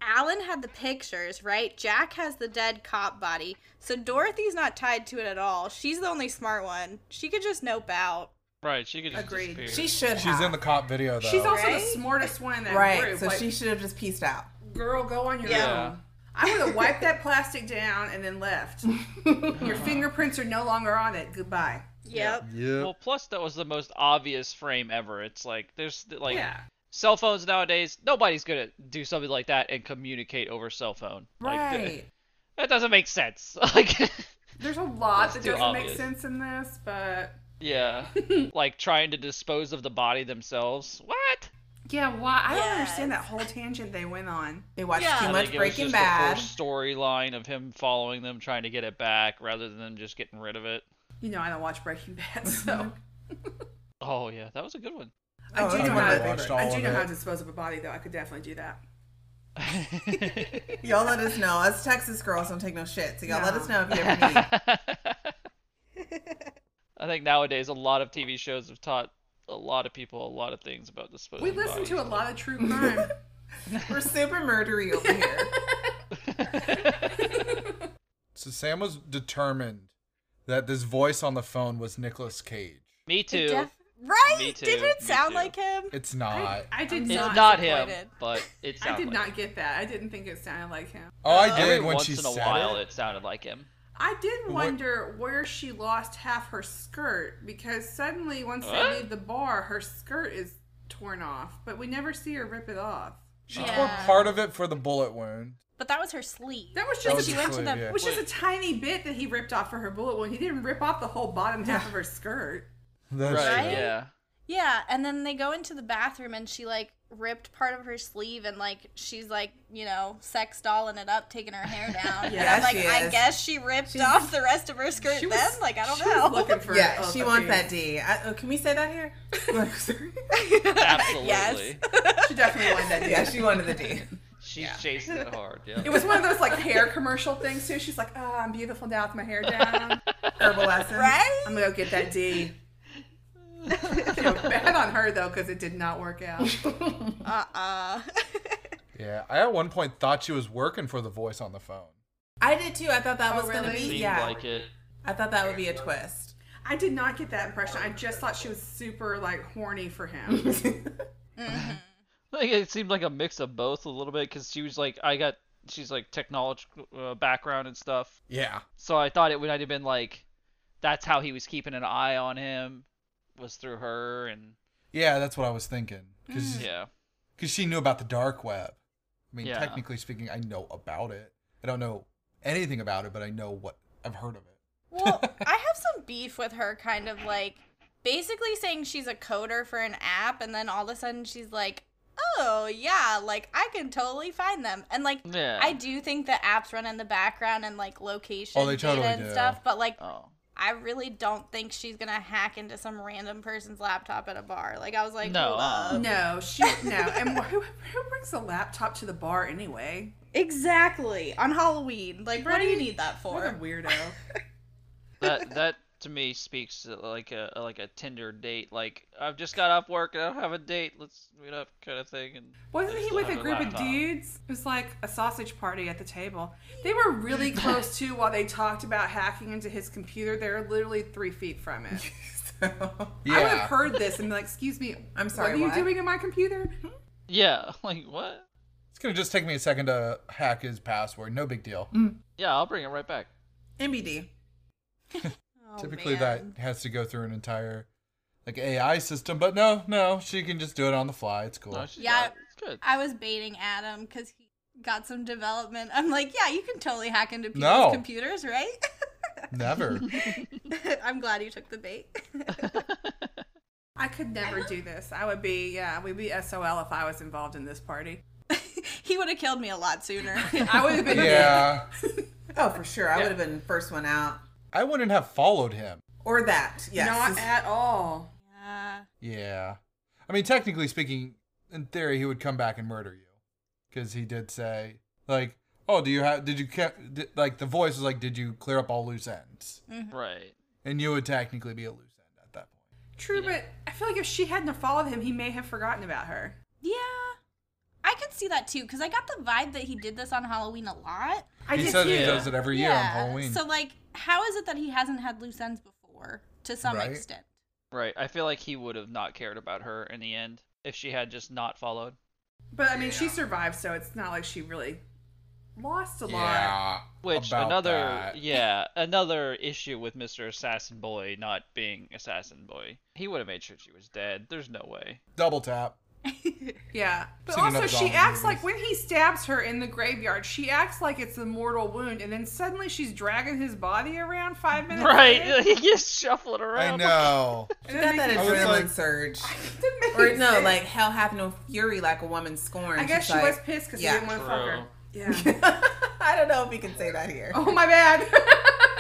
Alan had the pictures, right? Jack has the dead cop body. So Dorothy's not tied to it at all. She's the only smart one. She could just nope out.
Right, she could just
Agreed.
disappear.
She should have.
Ah.
She's in the cop video though.
She's also
Right?
the smartest one in that
right.
group.
So
like,
she should have just pieced out.
girl, go on your
Yeah.
own. I would have wiped that plastic down and then left. your fingerprints are no longer on it. Goodbye.
Yep.
Yeah.
Well, plus that was the most obvious frame ever. It's like there's like
Yeah.
cell phones nowadays. Nobody's gonna do something like that and communicate over cell phone. Like, th-
Right.
that doesn't make sense. Like,
There's a lot
That's
that
too
doesn't make
obvious.
sense in this, but
yeah, like trying to dispose of the body themselves. What?
yeah, why? I don't
Yes.
understand that whole tangent they went on.
They watched
Yeah.
too
I
Like,
much
it was
Breaking
just
Bad.
The first storyline of him following them, trying to get it back, rather than just getting rid of it.
You know, I don't watch Breaking Bad, so
Oh yeah, that was a good one.
I
Oh,
do
I
know
never
how
watched
to,
all
I do
of
know how
it.
to dispose of a body, though. I could definitely do that.
Y'all let us know. Us Texas girls don't take no shit. So y'all let
No.
us know if you ever need.
I think nowadays a lot of TV shows have taught a lot of people a lot of things about disposing.
We listen to a lot of true crime.
We're super murdery over here.
so Sam was determined that this voice on the phone was Nicolas Cage.
Me
It
too.
def- right?
Me too,
Didn't it
me
sound
too.
like him?
It's not.
I did
it's
not.
not, him,
disappointed.
but it
I
sounds
did
like
not
him.
get that. I didn't think it sounded like him.
oh, I
Every
did when
once
she
in a
said
while,
it.
it. sounded like him.
I did
What-
wonder where she lost half her skirt because suddenly once
What?
they leave the bar, her skirt is torn off, but we never see her rip it off.
She
Yeah.
tore part of it for the bullet wound.
But that was her sleeve.
That was just
That
a,
was
she
the
went to
sleeve,
the
yeah.
it was just a
Wait.
tiny bit that he ripped off for her bullet wound. He didn't rip off the whole bottom half of her skirt.
That's
right?
Right?
Yeah.
Yeah, and then they go into the bathroom and she like ripped part of her sleeve and like she's like, you know, sex dolling it up, taking her hair down.
Yeah,
And I'm like,
she
I
is.
guess she ripped off the rest of her skirt
She
then?
was-
like I don't
she
know.
was looking for
yeah,
oh,
she
the
wants
dude.
that D. I, oh, can we say that here? Like, sorry.
Absolutely.
She definitely wanted that.
yeah, she wanted the D.
She's chasing it hard. Yeah.
It was one of those like hair commercial things too. She's like, "Oh, I'm beautiful now with my hair down.
Herbal essence.
Right?
I'm gonna go get that D." Feel bad on her though because it did not work out.
Uh uh
Yeah. I at one point thought she was working for the voice on the phone.
I did too. I thought that was gonna
really?
be
Seemed
yeah.
like it.
I thought that would be a twist.
I did not get that impression. I just thought she was super like horny for him.
Like it seemed like a mix of both a little bit because she was like, I got, she's like technological uh, background and stuff.
Yeah.
So I thought it would have been like, that's how he was keeping an eye on him, was through her and
Yeah, that's what I was thinking. Because
Hmm. yeah.
she knew about the dark web. I mean,
Yeah.
technically speaking, I know about it. I don't know anything about it, but I know what I've heard of it.
Well, I have some beef with her kind of like basically saying she's a coder for an app and then all of a sudden she's like, "Oh, yeah, like I can totally find them." And like
Yeah.
I do think the apps run in the background and like location
Oh, they
data
totally
and
do.
stuff, but like
Oh.
I really don't think she's going to hack into some random person's laptop at a bar. Like I was like,
No.
"Hold up."
no, she no. And who, who brings a laptop to the bar anyway?
Exactly. On Halloween. Like what do you
Right?
need that
What a
for?
weirdo.
that that to me speaks to like a like a Tinder date. Like I've just got off work and I don't have a date. Let's meet up, kind of thing. And
Wasn't
they
he
still
with a
have their
group of
laptop.
dudes? It was like a sausage party at the table. They were really close too while they talked about hacking into his computer. They were literally three feet from it.
So
I would have heard this and be like, excuse me,
I'm
What
sorry,
are
what?" Hmm?
you doing in my computer?
Yeah, like what?
It's going to just take me a second to hack his password. No big deal.
Mm.
Yeah, I'll bring it right back.
MBD.
Oh,
Typically,
man.
that has to go through an entire like AI system, but no, no, she can just do it on the fly. It's cool.
No, she's
Yeah.
got it. it's good.
I was baiting Adam because he got some development. I'm like, yeah, you can totally hack into people's
No.
computers, right?
Never.
I'm glad you took the bait.
I could never do this. I would be, yeah, we'd be SOL if I was involved in this party.
he would have killed me a lot sooner.
I would have been,
yeah,
Oh, for sure. I would have been first one out.
I wouldn't have followed him.
Or that. Yes.
not at all.
Uh,
Yeah, I mean, technically speaking, in theory, he would come back and murder you, because he did say like, "Oh, do you have? Did you ca- di- like the voice was like, did you clear up all loose ends?"
Mm.
Mm-hmm.
Right.
And you would technically be a loose end at that point.
True, but I feel like if she hadn't have followed him, he may have forgotten about her.
yeah. I could see that too because I got the vibe that he did this on Halloween a lot.
I
he
did
says
too.
he does it every year on Halloween.
So, like, how is it that he hasn't had loose ends before to some
Right.
extent?
Right. I feel like he would have not cared about her in the end if she had just not followed.
But I mean, she
Yeah.
survived, so it's not like she really lost a lot.
Yeah.
Which
about
another
that.
yeah, another issue with Mr. Assassin Boy not being Assassin Boy. He would have made sure she was dead. There's no way.
double tap.
Yeah. But
Seen
also,
enough
she
zombie
acts
movies.
like when he stabs her in the graveyard, she acts like it's a mortal wound, and then suddenly she's dragging his body around five minutes.
Right.
later.
he gets shuffling around.
I know.
She got that
I was
adrenaline
like-
surge.
Didn't make
Or no,
sense.
like hell have no fury like a woman scorned.
I guess she
She's
was
like-
pissed because
yeah.
he didn't want to fuck her. Yeah.
I don't know if we can say that here.
oh my bad.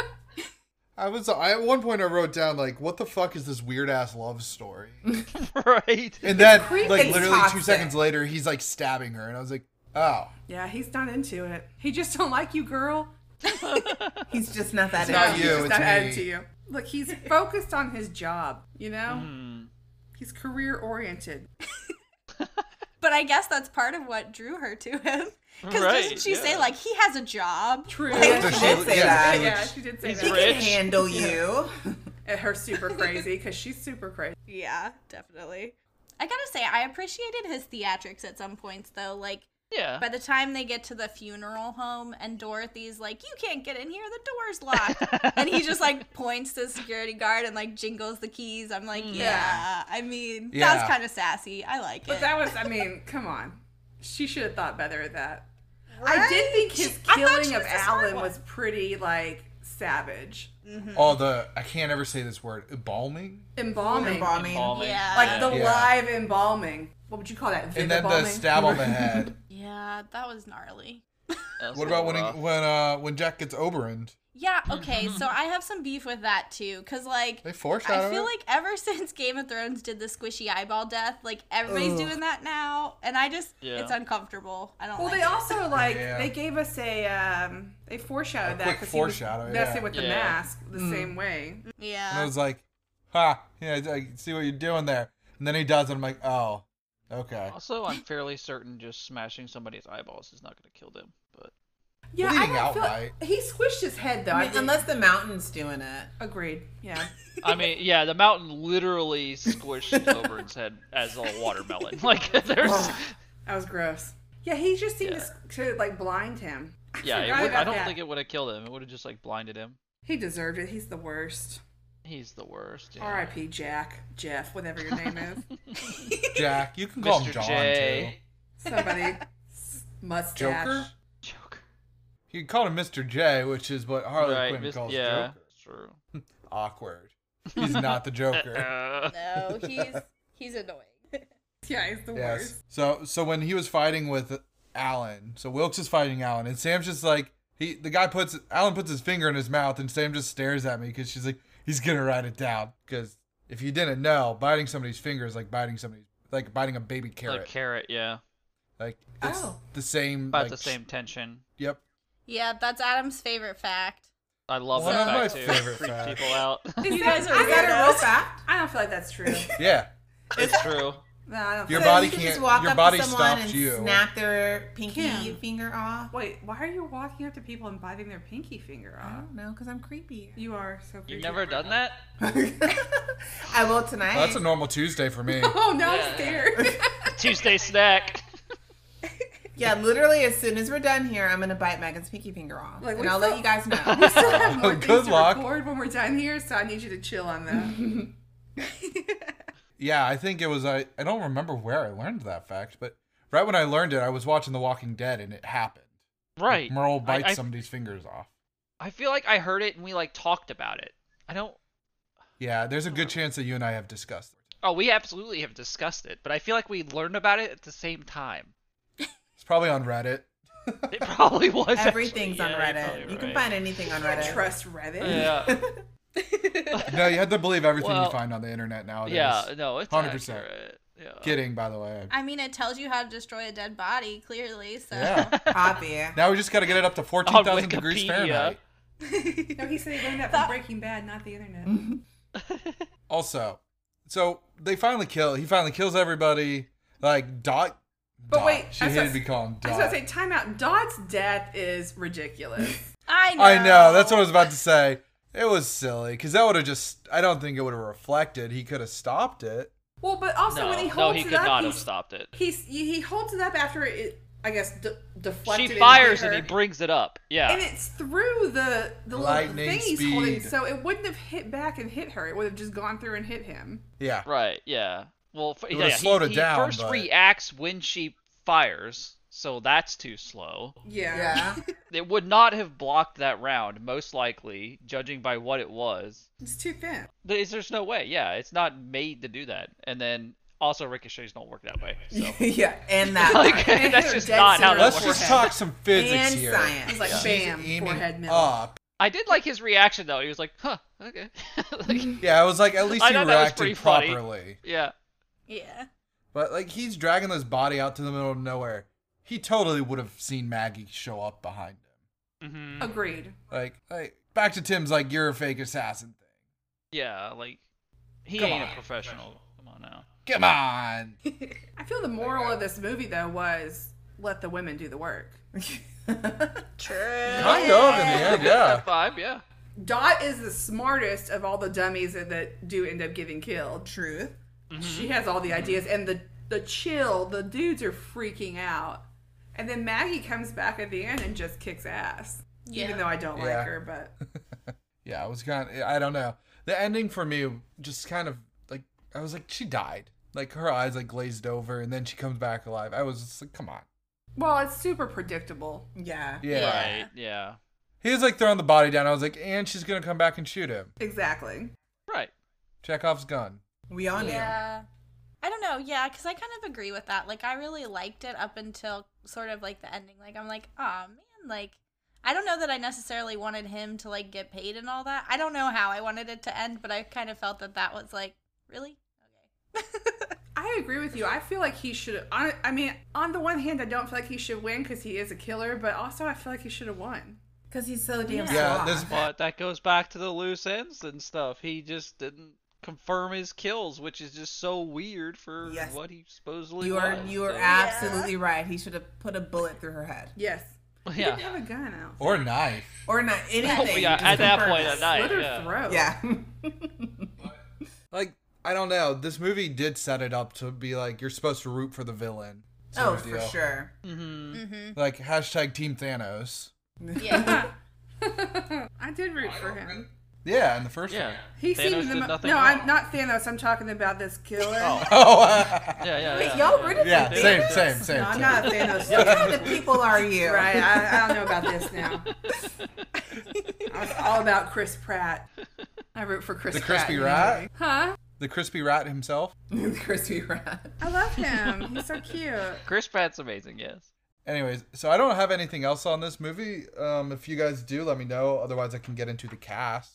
I was I, at one point I wrote down like, what the fuck is this weird ass love story?
right.
And then
creepy.
like
It's
literally two
toxic.
seconds later, he's like stabbing her, and I was like, oh,
yeah, he's not into it. He just don't like you, girl.
He's just not that.
not
into
he's
you,
it.
just
it's
not
me.
into you. Look, he's focused on his job. You know,
Mm-hmm.
he's career oriented.
But I guess that's part of what drew her to him. Because
Right,
doesn't she say
yeah.
like he has a job?
True.
She
Does
yeah,
she-
did say
yeah,
that.
she-
yeah, she did say
He's
He
that.
rich.
can handle you.
At her super crazy because she's super crazy.
Yeah, definitely. I gotta say, I appreciated his theatrics at some points though. Like
Yeah.
by the time they get to the funeral home and Dorothy's like, "You can't get in here, the door's locked," and he just like points to the security guard and like jingles the keys. I'm like, yeah. I mean, that
Yeah.
was kind of sassy. I like
But
it.
that was, I mean, come on. She should have thought better of that. I
Right?
did think his
I thought she
killing of
was a smart
Alan
one.
was pretty, like, savage.
oh the I can't ever say this word embalming,
Embalming.
Embalming.
Embalming.
Yeah.
Like the
Yeah.
live embalming. What would you call that?
and then the
Vivibalming?
stab on the head.
yeah, that was gnarly.
That's
what about when he,
rough.
when uh when Jack gets Oberyn'd?
Yeah, okay, so I have some beef with that too, cause like
They
I
foreshadow.
feel
it.
like ever since Game of Thrones did the squishy eyeball death, like everybody's doing that now, and I just
Yeah.
it's uncomfortable. I don't.
Well,
like
they
it.
also, like,
Yeah.
they gave us a, um, they foreshadowed
A
that
quick
because he was
foreshadow, yeah.
messing with the
Yeah.
mask the same way.
And I
yeah,
was like, ha, yeah, I I see what you're doing there. And then he does it. I'm like, oh, okay.
Also, I'm fairly certain just smashing somebody's eyeballs is not going to kill them. But
Yeah,
Bleeding
I
out,
don't feel,
right?
He squished his head, though.
I
I
mean,
think.
unless the mountain's doing it.
Agreed. Yeah.
I mean, yeah, the mountain literally squished Oberyn's head as a watermelon. Like there's
Oh.
That was gross. Yeah, he just seemed
Yeah.
to to, to like blind him. I forgot
yeah, it would, I
about
don't
that.
think it would have killed him. It would have just like blinded him.
he deserved it. He's the worst.
He's the worst. Yeah.
R.I.P. Jack, Jeff, whatever your name is.
Jack, you can call him
Mr.
John
J.
Somebody mustache.
too. Joker.
Joker.
You called him Mr. J, which is what Harley
right.
Quinn
Mis-
calls
yeah.
Joker.
it's True.
Awkward. He's not the Joker.
Uh,
no, he's he's annoying.
Yeah, he's the worst.
yes. So so when he was fighting with Alan, so Wilkes is fighting Alan, and Sam's just like he the guy puts Alan puts his finger in his mouth, and Sam just stares at me because she's like he's gonna write it down because if you didn't know, biting somebody's finger is like biting somebody's like biting a baby carrot.
like carrot. Yeah.
Like it's
Oh.
the same.
About
like,
the same tension.
Yep.
yeah, that's Adam's favorite fact.
I love
One
that
of my
fact too.
favorite
Freaks
facts.
people out.
Is
You
that-
guys are
I
Is that a
don't-
real fact?
I don't feel like that's true.
Yeah.
it's true.
No, I don't.
Your
Feel
So
body
you can
can't-
Just walk
your
up
body
to someone
stops
and
you.
Snap their pinky
Can.
finger off.
Wait, why are you walking up to people and biting their pinky finger
I
off?
don't know, cause I'm creepy.
You are so creepy.
You've never done that?
I will tonight.
Well, that's a normal Tuesday for me.
Oh no,
Yeah.
I'm scared.
Tuesday snack.
yeah, literally, as soon as we're done here, I'm gonna bite Megan's pinky finger off,
Like, we
and I'll
still-
let you guys
we
know.
still have more
Good
things to
luck.
record when we're done here, so I need you to chill on that.
Yeah, I think it was. I I don't remember where I learned that fact, but right when I learned it, I was watching The Walking Dead, and it happened.
Right.
Merle bites
I, I,
somebody's fingers off.
I feel like I heard it and we like talked about it. I don't.
Yeah, there's a good chance that you and I have discussed it.
Oh, we absolutely have discussed it, but I feel like we learned about it at the same time.
It's probably on Reddit.
It probably was.
Everything's
actually. Yeah,
on
you're
Reddit.
probably
You can
right.
find anything on Reddit.
Trust Reddit.
Yeah.
No, you have to believe everything
Well,
you find on the internet nowadays.
yeah. No, it's
100%.
100%. accurate. Yeah.
Kidding, by the way.
I mean, it tells you how to destroy a dead body clearly. So
Yeah.
Copy.
now we just got to get it up to
On
14,000 degrees
Wikipedia.
Fahrenheit.
No, he said he learned that from Breaking Bad, not the internet.
Mm-hmm. Also, so they finally kill. He finally kills everybody. Like Dot.
But
Dot.
wait,
she
I
hated
was gonna-
to be called
I
Dot.
was gonna say, time out. Dodd's death is ridiculous.
I know.
I know. That's what I was about to say. It was silly because that would have just. I don't think it would have reflected. He could have stopped it.
Well, but also
No,
when he
no,
holds
he
it
could
up,
not have
he's,
stopped it.
he's he holds it up after it, I guess, de- deflected.
She
and hit
fires and
her.
he brings it up. Yeah.
And it's through the the little
Lightning
thing he's holding,
speed.
so it wouldn't have hit back and hit her. It would have just gone through and hit him.
Yeah.
Right. Yeah. Well, f-
would've
yeah,
slowed
he,
it
he
down,
first
but-
reacts when she fires, so that's too slow.
Yeah.
Yeah.
It would not have blocked that round, most likely, judging by what it was.
It's too thin.
There's, there's no way. Yeah, it's not made to do that. And then also ricochets don't work that way. So
yeah. And that.
like,
part.
that's just
Dead
not how
center.
that
Let's
Let's
works.
just
forehead.
talk some physics
and
here.
science.
It's like bam,
She's aiming
forehead middle.
up.
I did like his reaction though. He was like, "Huh, okay." like,
Mm-hmm.
Yeah, it was like at least
I
he
thought that was
reacted
pretty funny.
properly.
yeah.
Yeah.
But like he's dragging this body out to the middle of nowhere. He totally would have seen Maggie show up behind him.
hmm
Agreed.
Like, like back to Tim's like you're a fake assassin thing.
Yeah. Like, he
Come
ain't
on.
a professional. Come on now.
Come on.
I feel the moral of this movie though was let the women do the work.
True.
kind of in the end, yeah.
That vibe. Yeah.
Dot is the smartest of all the dummies that, that do end up getting killed.
Truth.
She has all the ideas and the the chill, the dudes are freaking out. And then Maggie comes back at the end and just kicks ass.
Yeah.
Even though I don't
Yeah.
like her, but
Yeah, I was kind of, I don't know. The ending for me just kind of like, I was like, she died. Like her eyes like glazed over and then she comes back alive. I was just like, come on.
well, it's super predictable.
Yeah.
Yeah.
Yeah.
Right. Yeah.
He was like throwing the body down. I was like, and she's going to come back and shoot him.
Exactly.
Right.
Chekhov's gun.
We all knew.
Yeah. I don't know. Yeah, because I kind of agree with that. Like, I really liked it up until sort of like the ending. Like, I'm like, oh man, like, I don't know that I necessarily wanted him to like get paid and all that. I don't know how I wanted it to end, but I kind of felt that that was like, really?
I agree with you. I feel like he should. I, I mean, on the one hand, I don't feel like he should win because he is a killer, but also I feel like he should have won.
Because he's so damn
Yeah,
soft.
this-
But that goes back to the loose ends and stuff. He just didn't confirm his kills, which is just so weird for
Yes.
what he supposedly
you are
was,
you are
so-
absolutely right. He should have put a bullet through her head
Yes. He
Yeah.
didn't have a gun out.
Or a knife.
or not
Oh,
anything.
yeah,
just
at that
confirm
point,
it.
at night,
Slit her
yeah.
throat.
Yeah.
Like, I don't know. This movie did set it up to be like, you're supposed to root for the villain. sort
oh,
of
for
deal.
sure.
Like, hashtag Team Thanos.
Yeah.
I did root for him.
Yeah, in the first
Yeah.
one.
He
Thanos
seemed the
did
mo-
nothing
No,
wrong.
I'm not Thanos. I'm talking about this killer.
Oh.
Oh,
Yeah, yeah, yeah.
Y'all rooted
yeah.
for
Same,
Thanos?
same, same.
No, I'm
same.
not a Thanos.
What kind of people are you?
Right. I, I don't know about this now. I was all about Chris Pratt. I root for Chris
The
Pratt.
crispy rat?
Huh?
The crispy rat himself?
Crispy Rat.
I love him. He's so cute.
Chris Pratt's amazing. Yes.
Anyways, so I don't have anything else on this movie. Um, if you guys do, let me know. Otherwise, I can get into the cast.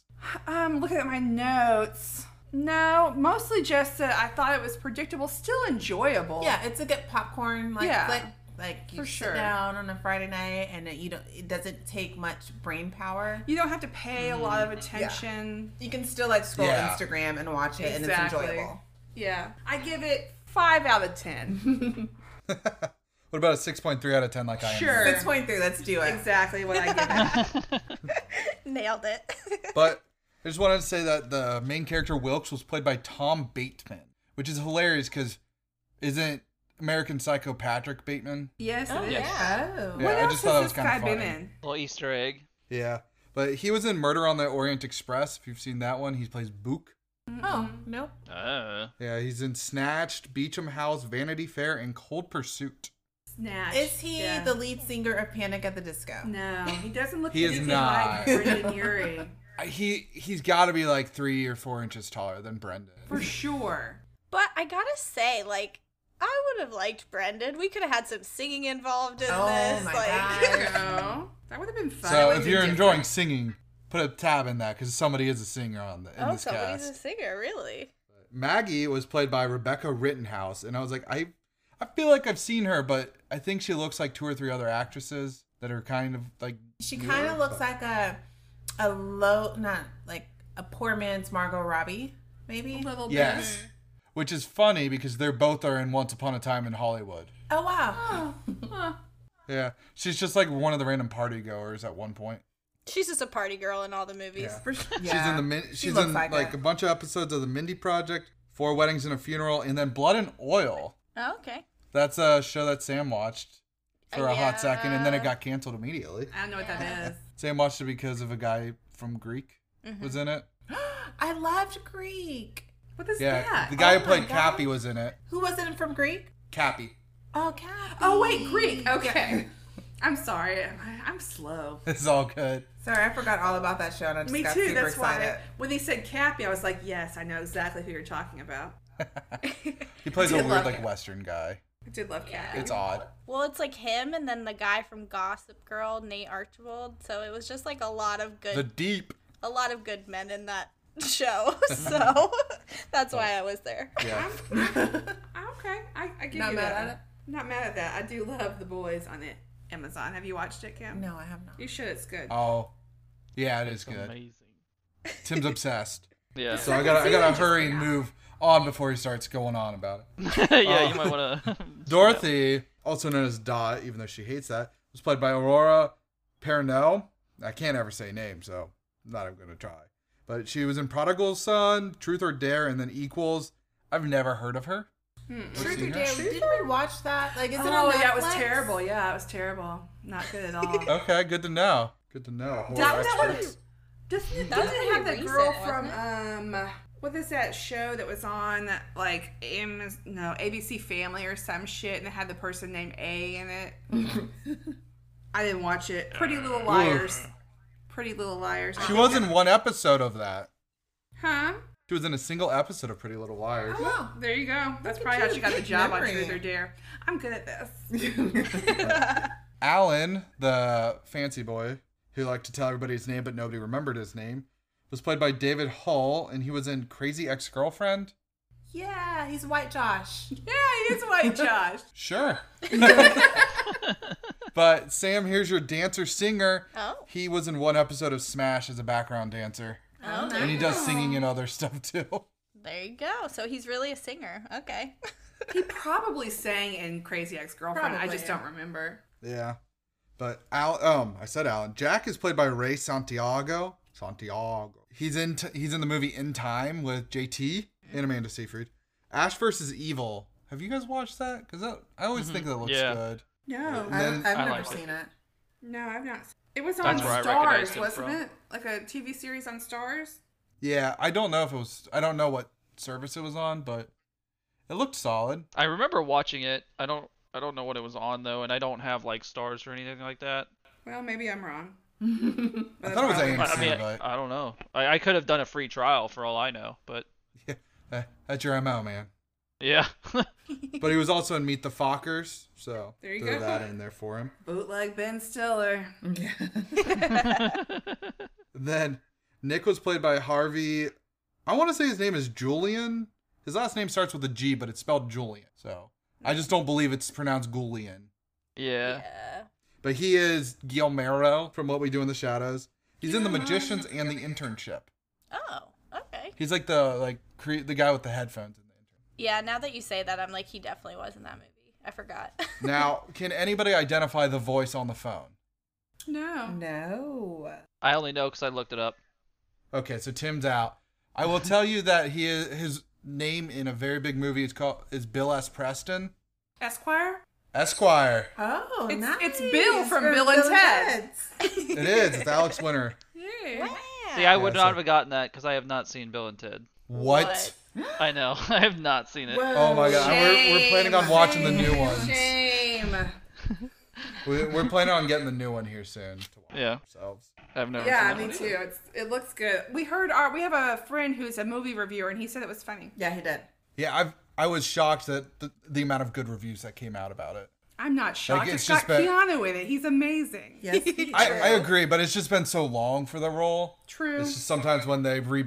Um, looking at my notes. No, mostly just that I thought it was predictable, still enjoyable.
Yeah, it's a good popcorn like
Yeah.
flick. Like you
For
sit
sure.
down on a Friday night and it, you don't. It doesn't take much brain power.
You don't have to pay a
Mm-hmm.
lot of attention.
You can still like scroll
Yeah.
Instagram and watch
Exactly.
it, and it's enjoyable.
Yeah. I give it five out of ten.
What about a 6.3 out of 10 like I am?
Sure.
Six point three. Let's do it.
exactly what I give it.
Nailed it.
But I just wanted to say that the main character, Wilkes, was played by Tom Bateman, which is hilarious because isn't American Psycho Patrick Bateman?
Yes, it is.
Oh, Yeah.
Yeah.
What
I
else
just thought that
has
was
this
kinda
guy been
funny.
in?
Little Easter egg.
Yeah. But he was in Murder on the Orient Express, if you've seen that one. He plays Book.
Oh nope.
Uh,
Yeah, he's in Snatched, Beecham House, Vanity Fair, and Cold Pursuit.
Snatch.
Is he
Yeah.
the lead singer of Panic at the Disco?
No, he doesn't look
He is
anything
not.
like Brendan Urie.
I- He he's got to be like three or four inches taller than Brendan.
For sure.
but I gotta say, like, I would have liked Brendan. We could have had some singing involved in
Oh
this.
my god.
like,
No. That would have been fun.
So
It
if
would've
you're
been
enjoying singing, put a tab in that because somebody is a singer on the in
oh,
this
somebody's
cast.
a singer, really?
Maggie was played by Rebecca Rittenhouse, and I was like, I I feel like I've seen her, but I think she looks like two or three other actresses that are kind of like
She
newer,
kind of looks
but-
like a a low, not like a poor man's Margot Robbie, maybe.
different. little
yes, which is funny because they're both are in Once Upon a Time in Hollywood.
Oh wow.
bit. Huh.
Yeah, she's just like one of the random party goers at one point.
She's just a party girl in all the movies.
Yeah.
For sure.
She's in the
mid.
Min- she's in like, a bunch of episodes of the Mindy Project, Four Weddings and a Funeral, and then Blood and Oil.
Oh, okay.
That's a show that Sam watched for a hot second, and then it
Yeah.
got canceled immediately.
I don't know what that is.
Sam watched it because of a guy from Greek was in it.
I loved Greek.
What is
Yeah,
that?
the guy
Oh
who played
my
Cappy
gosh.
was in it.
Who was it from Greek?
Cappy.
Oh, Kathy.
Oh wait, Greek. Okay. I'm sorry. I, I'm slow.
It's all good.
Sorry, I forgot all about that show, and I just
Me
got
too.
super
That's
excited.
why when they said Cappy, I was like, yes, I know exactly who you're talking about.
He plays a
Did
weird
love
like
it.
Western guy.
I did love Cappy.
It's odd.
Well, it's like him and then the guy from Gossip Girl, Nate Archibald. So it was just like a lot of good,
The Deep.
a lot of good men in that show. So that's why I was there.
Yeah.
Ah, Okay, I, I give
Not
you
mad
that.
at it?
Not mad at that. I do love The Boys on it. Amazon. Have you watched it, Kim?
No, I have not.
You should. It's good.
Oh, yeah, it is
It's
good.
amazing.
Tim's obsessed,
Yeah.
so I gotta I gotta hurry and move on before he starts going on about it.
yeah, you might want to.
Uh, Dorothy, also known as Dot, even though she hates that, was played by Aurora Pernell. I can't ever say names, so I'm not even gonna try. But she was in Prodigal Son, Truth or Dare, and then Equals. I've never heard of her.
Hmm. Truth or
seen her?
Dare? Did we watch that? Like, is it
oh,
on
yeah, it was
Netflix?
terrible. Yeah, it was terrible. Not good at all.
Okay, good to know. Good to know. Horror
That, that one,
experts.
doesn't it,
That was
doesn't
pretty
it have that girl
recent,
from
wasn't
um what is that show that was on like Amaz no ABC Family or some shit and it had the person named A in it? I didn't watch it. Pretty Little Liars. Pretty Little Liars. I
She
think
was
that-
in one episode of that.
Huh?
She was in a single episode of Pretty Little Liars.
Wow.
There you go. That's
at
probably how
you,
she got the
good
job
memory.
on Truth or Dare. I'm good at this.
Alan, the fancy boy who liked to tell everybody his name but nobody remembered his name, was played by David Hull, and he was in Crazy Ex Girlfriend.
Yeah, he's White Josh.
Yeah, he is white Josh.
Sure. but Sam, here's your dancer singer.
Oh.
He was in one episode of Smash as a background dancer,
Oh,
and he does singing and other stuff too.
there you go. So he's really a singer. Okay.
He probably sang in Crazy Ex Girlfriend. I
Probably,
just
yeah.
don't remember.
Yeah. But Al, um, I said Alan. Jack is played by Ray Santiago. Santiago. He's in. T- he's in the movie In Time with JT and Amanda Seyfried. Ash versus Evil. Have you guys watched that? Because I always think that looks
Yeah.
good.
No.
I,
Then-
I've
I
never
liked it.
seen it.
No, I've not. It was on
That's where I
Stars,
recognized him
wasn't
from.
it? Like a TV series on Stars.
Yeah, I don't know if it was. I don't know what service it was on, but it looked solid.
I remember watching it. I don't. I don't know what it was on though, and I don't have like stars or anything like that.
Well, maybe I'm wrong.
I thought it was
I, I
AMC,
mean,
but
I, I don't know. I, I could have done a free trial for all I know, but
eh, that's your mo, man.
yeah.
But he was also in Meet the Fockers, so
There you
throw
go.
that in there for him.
Bootleg Ben Stiller.
Then Nick was played by Harvey. I want to say his name is Julian. His last name starts with a G, but it's spelled Julian. So I just don't believe it's pronounced Gulian.
yeah.
Yeah.
But he is Guillermo from What We Do in the Shadows. He's in The Magicians and The Internship.
Oh. Okay.
He's like the like cre- the guy with the headphones in the internship.
Yeah. Now that you say that, I'm like, he definitely was in that movie. I forgot.
Now, can anybody identify the voice on the phone? Oh.
No.
No.
I only know because I looked it up.
Okay, so Tim's out. I will tell you that he is, his name in a very big movie is called is Bill S. Preston.
Esquire.
Esquire.
Oh,
It's-
nice.
it's Bill from Bill and Ted.
Ted's.
It is. It's Alex Winter.
Yeah.
See, I
Yeah,
would
so-
not have gotten that because I have not seen Bill and Ted.
What?
What?
I know. I have not seen it.
Whoa.
Oh my god! and We're, we're planning on watching the new ones.
Shame.
We, we're planning on getting the new one here soon. To watch
Yeah.
Ourselves.
I've never
Yeah,
seen that
me
one either.
too. It's, it looks good. We heard our. We have a friend who's a movie reviewer, and he said it was funny.
Yeah, he did.
Yeah, I've I was shocked that the, the amount of good reviews that came out about it.
I'm not shocked.
it's
it's
just
got
been-
Keanu in it. He's amazing.
Yes, he
I,
did.
I agree, but it's just been so long for the role.
True.
It's just sometimes when they re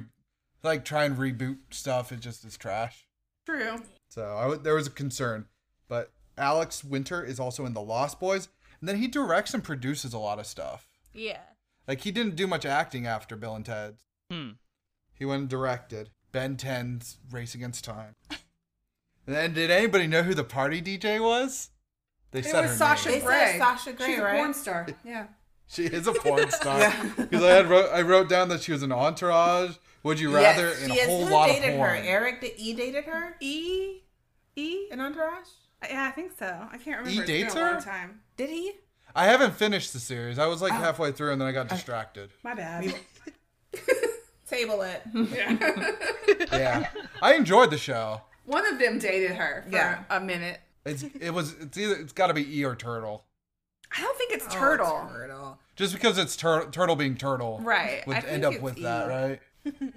like try and reboot stuff, it just is trash.
True.
So I w- there was a concern, but Alex Winter is also in The Lost Boys, and then he directs and produces a lot of stuff.
Yeah.
Like he didn't do much acting after Bill and Ted.
Hmm.
He went and directed Ben 10's Race Against Time. and then did anybody know who the party DJ was? They
It was Sasha
They
name.
said
Grey.
Sasha Grey,
She's a
right?
porn star. Yeah.
She is a porn star.
Yeah.
Because I had wrote, I wrote down that she was an entourage. Would you rather?
yes,
and
she
a
is.
whole
Who
lot of
dated her?
porn.
Eric did E dated her
E, E.
in Entourage.
Yeah, I think so. I can't remember.
E
It's been
dates
a long
her?
time.
Did he?
I haven't finished the series. I
Oh.
was like halfway through and then I got distracted.
My bad.
Table it.
yeah, I enjoyed the show.
One of them dated her for
Yeah.
a minute.
It's it was it's either it's got to be E or Turtle,
I don't think it's
Oh,
turtle.
turtle.
just because it's tur- Turtle being Turtle,
Right.
Would
I
end
think
up
it's
with
E.
that, right?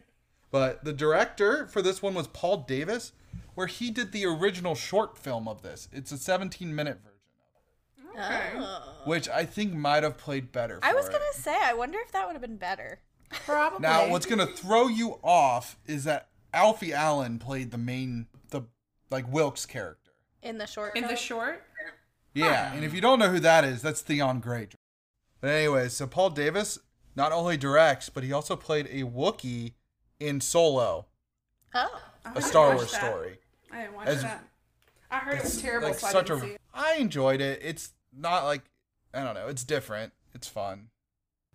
but the director for this one was Paul Davis, where he did the original short film of this. It's a 17 minute version,
Oh.
which I think might have played better. For
I was
it.
gonna say, I wonder if that would have been better.
Probably.
Now, what's gonna throw you off is that Alfie Allen played the main, the like Wilkes character.
In the short
In the
film?
short?
Yeah, and if you don't know who that is, that's Theon Grey. But anyway, so Paul Davis not only directs, but he also played a Wookiee in Solo,
Oh.
I
a
didn't
Star
watch
Wars
that.
story.
I didn't watch
As-
that. I heard it was terrible,
like
so I
such
didn't
a-
see it.
I enjoyed it. It's not like I don't know. It's different. It's fun.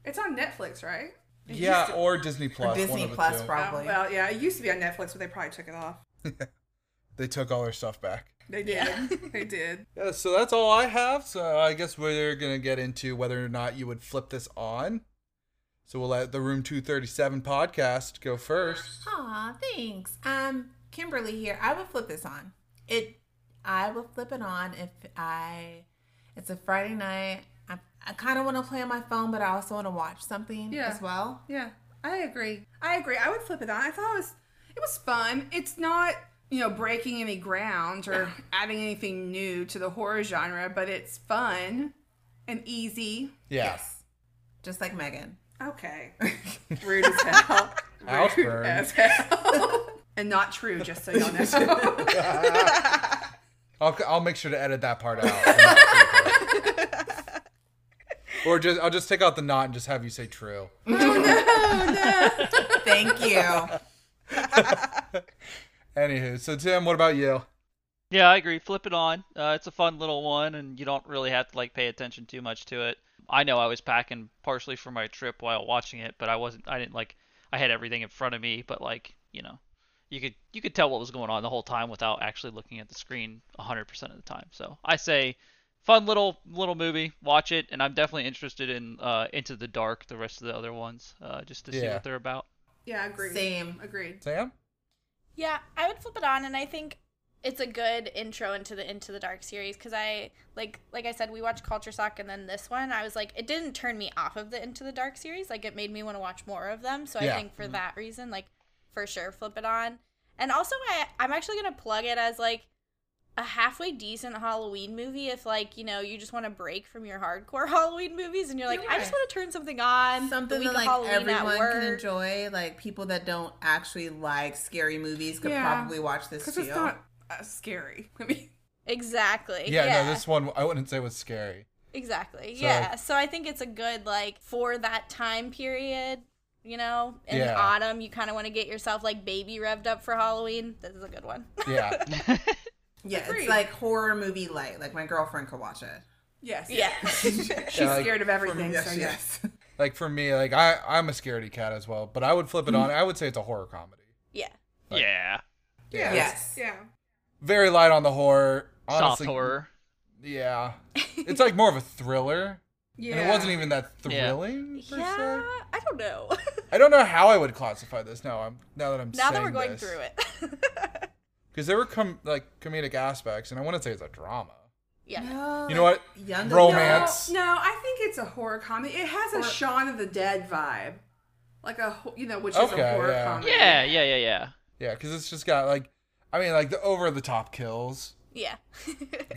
It's on Netflix, right? It
yeah,
used to-
or Disney Plus. one
Disney
of the
Plus,
two.
Oh,
probably.
well, yeah, it used to be on Netflix, but they probably took it off.
They took all their stuff back.
They did. they did.
Yeah, so that's all I have. So I guess we're gonna get into whether or not you would flip this on. So we'll let the Room Two Thirty Seven podcast go first.
Aw, thanks. Um, Kimberly here. I would flip this on. It, I would flip it on if I. It's a Friday night. I, I kind of want to play on my phone, but I also want to watch something
Yeah.
as well.
Yeah, I agree. I agree. I would flip it on. I thought it was it was fun. It's not you know breaking any ground or adding anything new to the horror genre, but it's fun and easy.
Yeah.
Just like Megan.
Okay, rude as hell.
Outburn.
Rude as hell. and not true. Just so y'all know.
I'll, I'll make sure to edit that part out. or just I'll just take out the not and just have you say true.
Thank you.
Anywho, so Tim, what about you?
Yeah, I agree. Flip it on. Uh, it's a fun little one, and you don't really have to like pay attention too much to it. I know I was packing partially for my trip while watching it, but I wasn't. I didn't like. I had everything in front of me, but like you know, you could you could tell what was going on the whole time without actually looking at the screen 100% of the time. So I say, fun little little movie. Watch it, and I'm definitely interested in uh, Into the Dark, the rest of the other ones, uh, just to see
Yeah.
what they're about.
yeah, agreed.
Same.
Agreed.
Sam?
Yeah, I would flip it on, and I think it's a good intro into the Into the Dark series because I like like I said, we watched Culture Shock, and then this one. I was like, it didn't turn me off of the Into the Dark series. Like, it made me want to watch more of them. So
Yeah. Mm-hmm.
I think for that reason, like for sure, flip it on. And also, I I'm actually gonna plug it as like a halfway decent Halloween movie if like you know you just want to break from your hardcore Halloween movies and you're like I
Yeah.
just want to turn something on the
Something
week
that
of
like
Halloween at
everyone can
work.
enjoy. Like people that don't actually like scary movies could
Yeah.
probably watch this
Because
too.
it's not uh, scary. I mean,
exactly
Yeah, no, this one I wouldn't say was scary.
Exactly.
So-
yeah. So I think it's a good like for that time period. You know, in
Yeah.
autumn, you kind of want to get yourself like baby revved up for Halloween. This is a good one.
Yeah.
yeah,
Agreed.
it's like horror movie light. Like my girlfriend could watch it.
yes.
yeah.
She's
Yeah, like,
scared of everything.
Yes,
so
she
yes.
is.
like for me, like I, I'm a scaredy cat as well, but I would flip it on. I would say it's a horror comedy.
yeah.
Like-
yeah,
Yeah.
Yes.
Yeah.
Very light on the horror.
soft
Honestly,
horror.
Yeah. It's like more of a thriller.
Yeah.
And it wasn't even that
Yeah.
thrilling per
Yeah.
se.
I don't know.
I don't know how I would classify this now. I'm now that I'm
now that we're going through it.
because there were com- like comedic aspects, and I want to say it's a drama.
yeah.
No,
You know
like,
what?
Young
Romance.
adult.
No, I think it's a horror comedy. It has a
Or-
Shaun of the Dead vibe, like a ho- you know, which is
Okay,
a horror
yeah.
comedy.
Yeah, yeah, yeah, yeah.
Yeah, because it's just got like, I mean, like the over the top kills.
Yeah.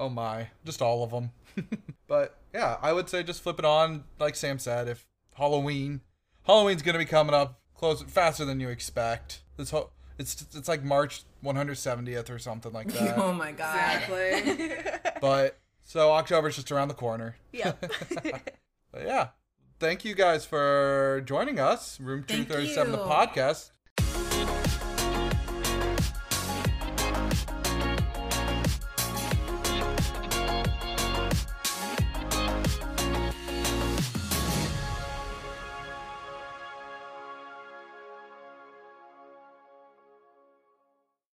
Oh my, just all of them. but yeah, I would say just flip it on, like Sam said. If Halloween, Halloween's gonna be coming up close faster than you expect. This whole it's it's like March 170th or something like
Oh
that.
my god.
Exactly.
but so October's just around the corner.
yeah.
But yeah. Thank you guys for joining us, Room
Thank
237, the
you.
podcast.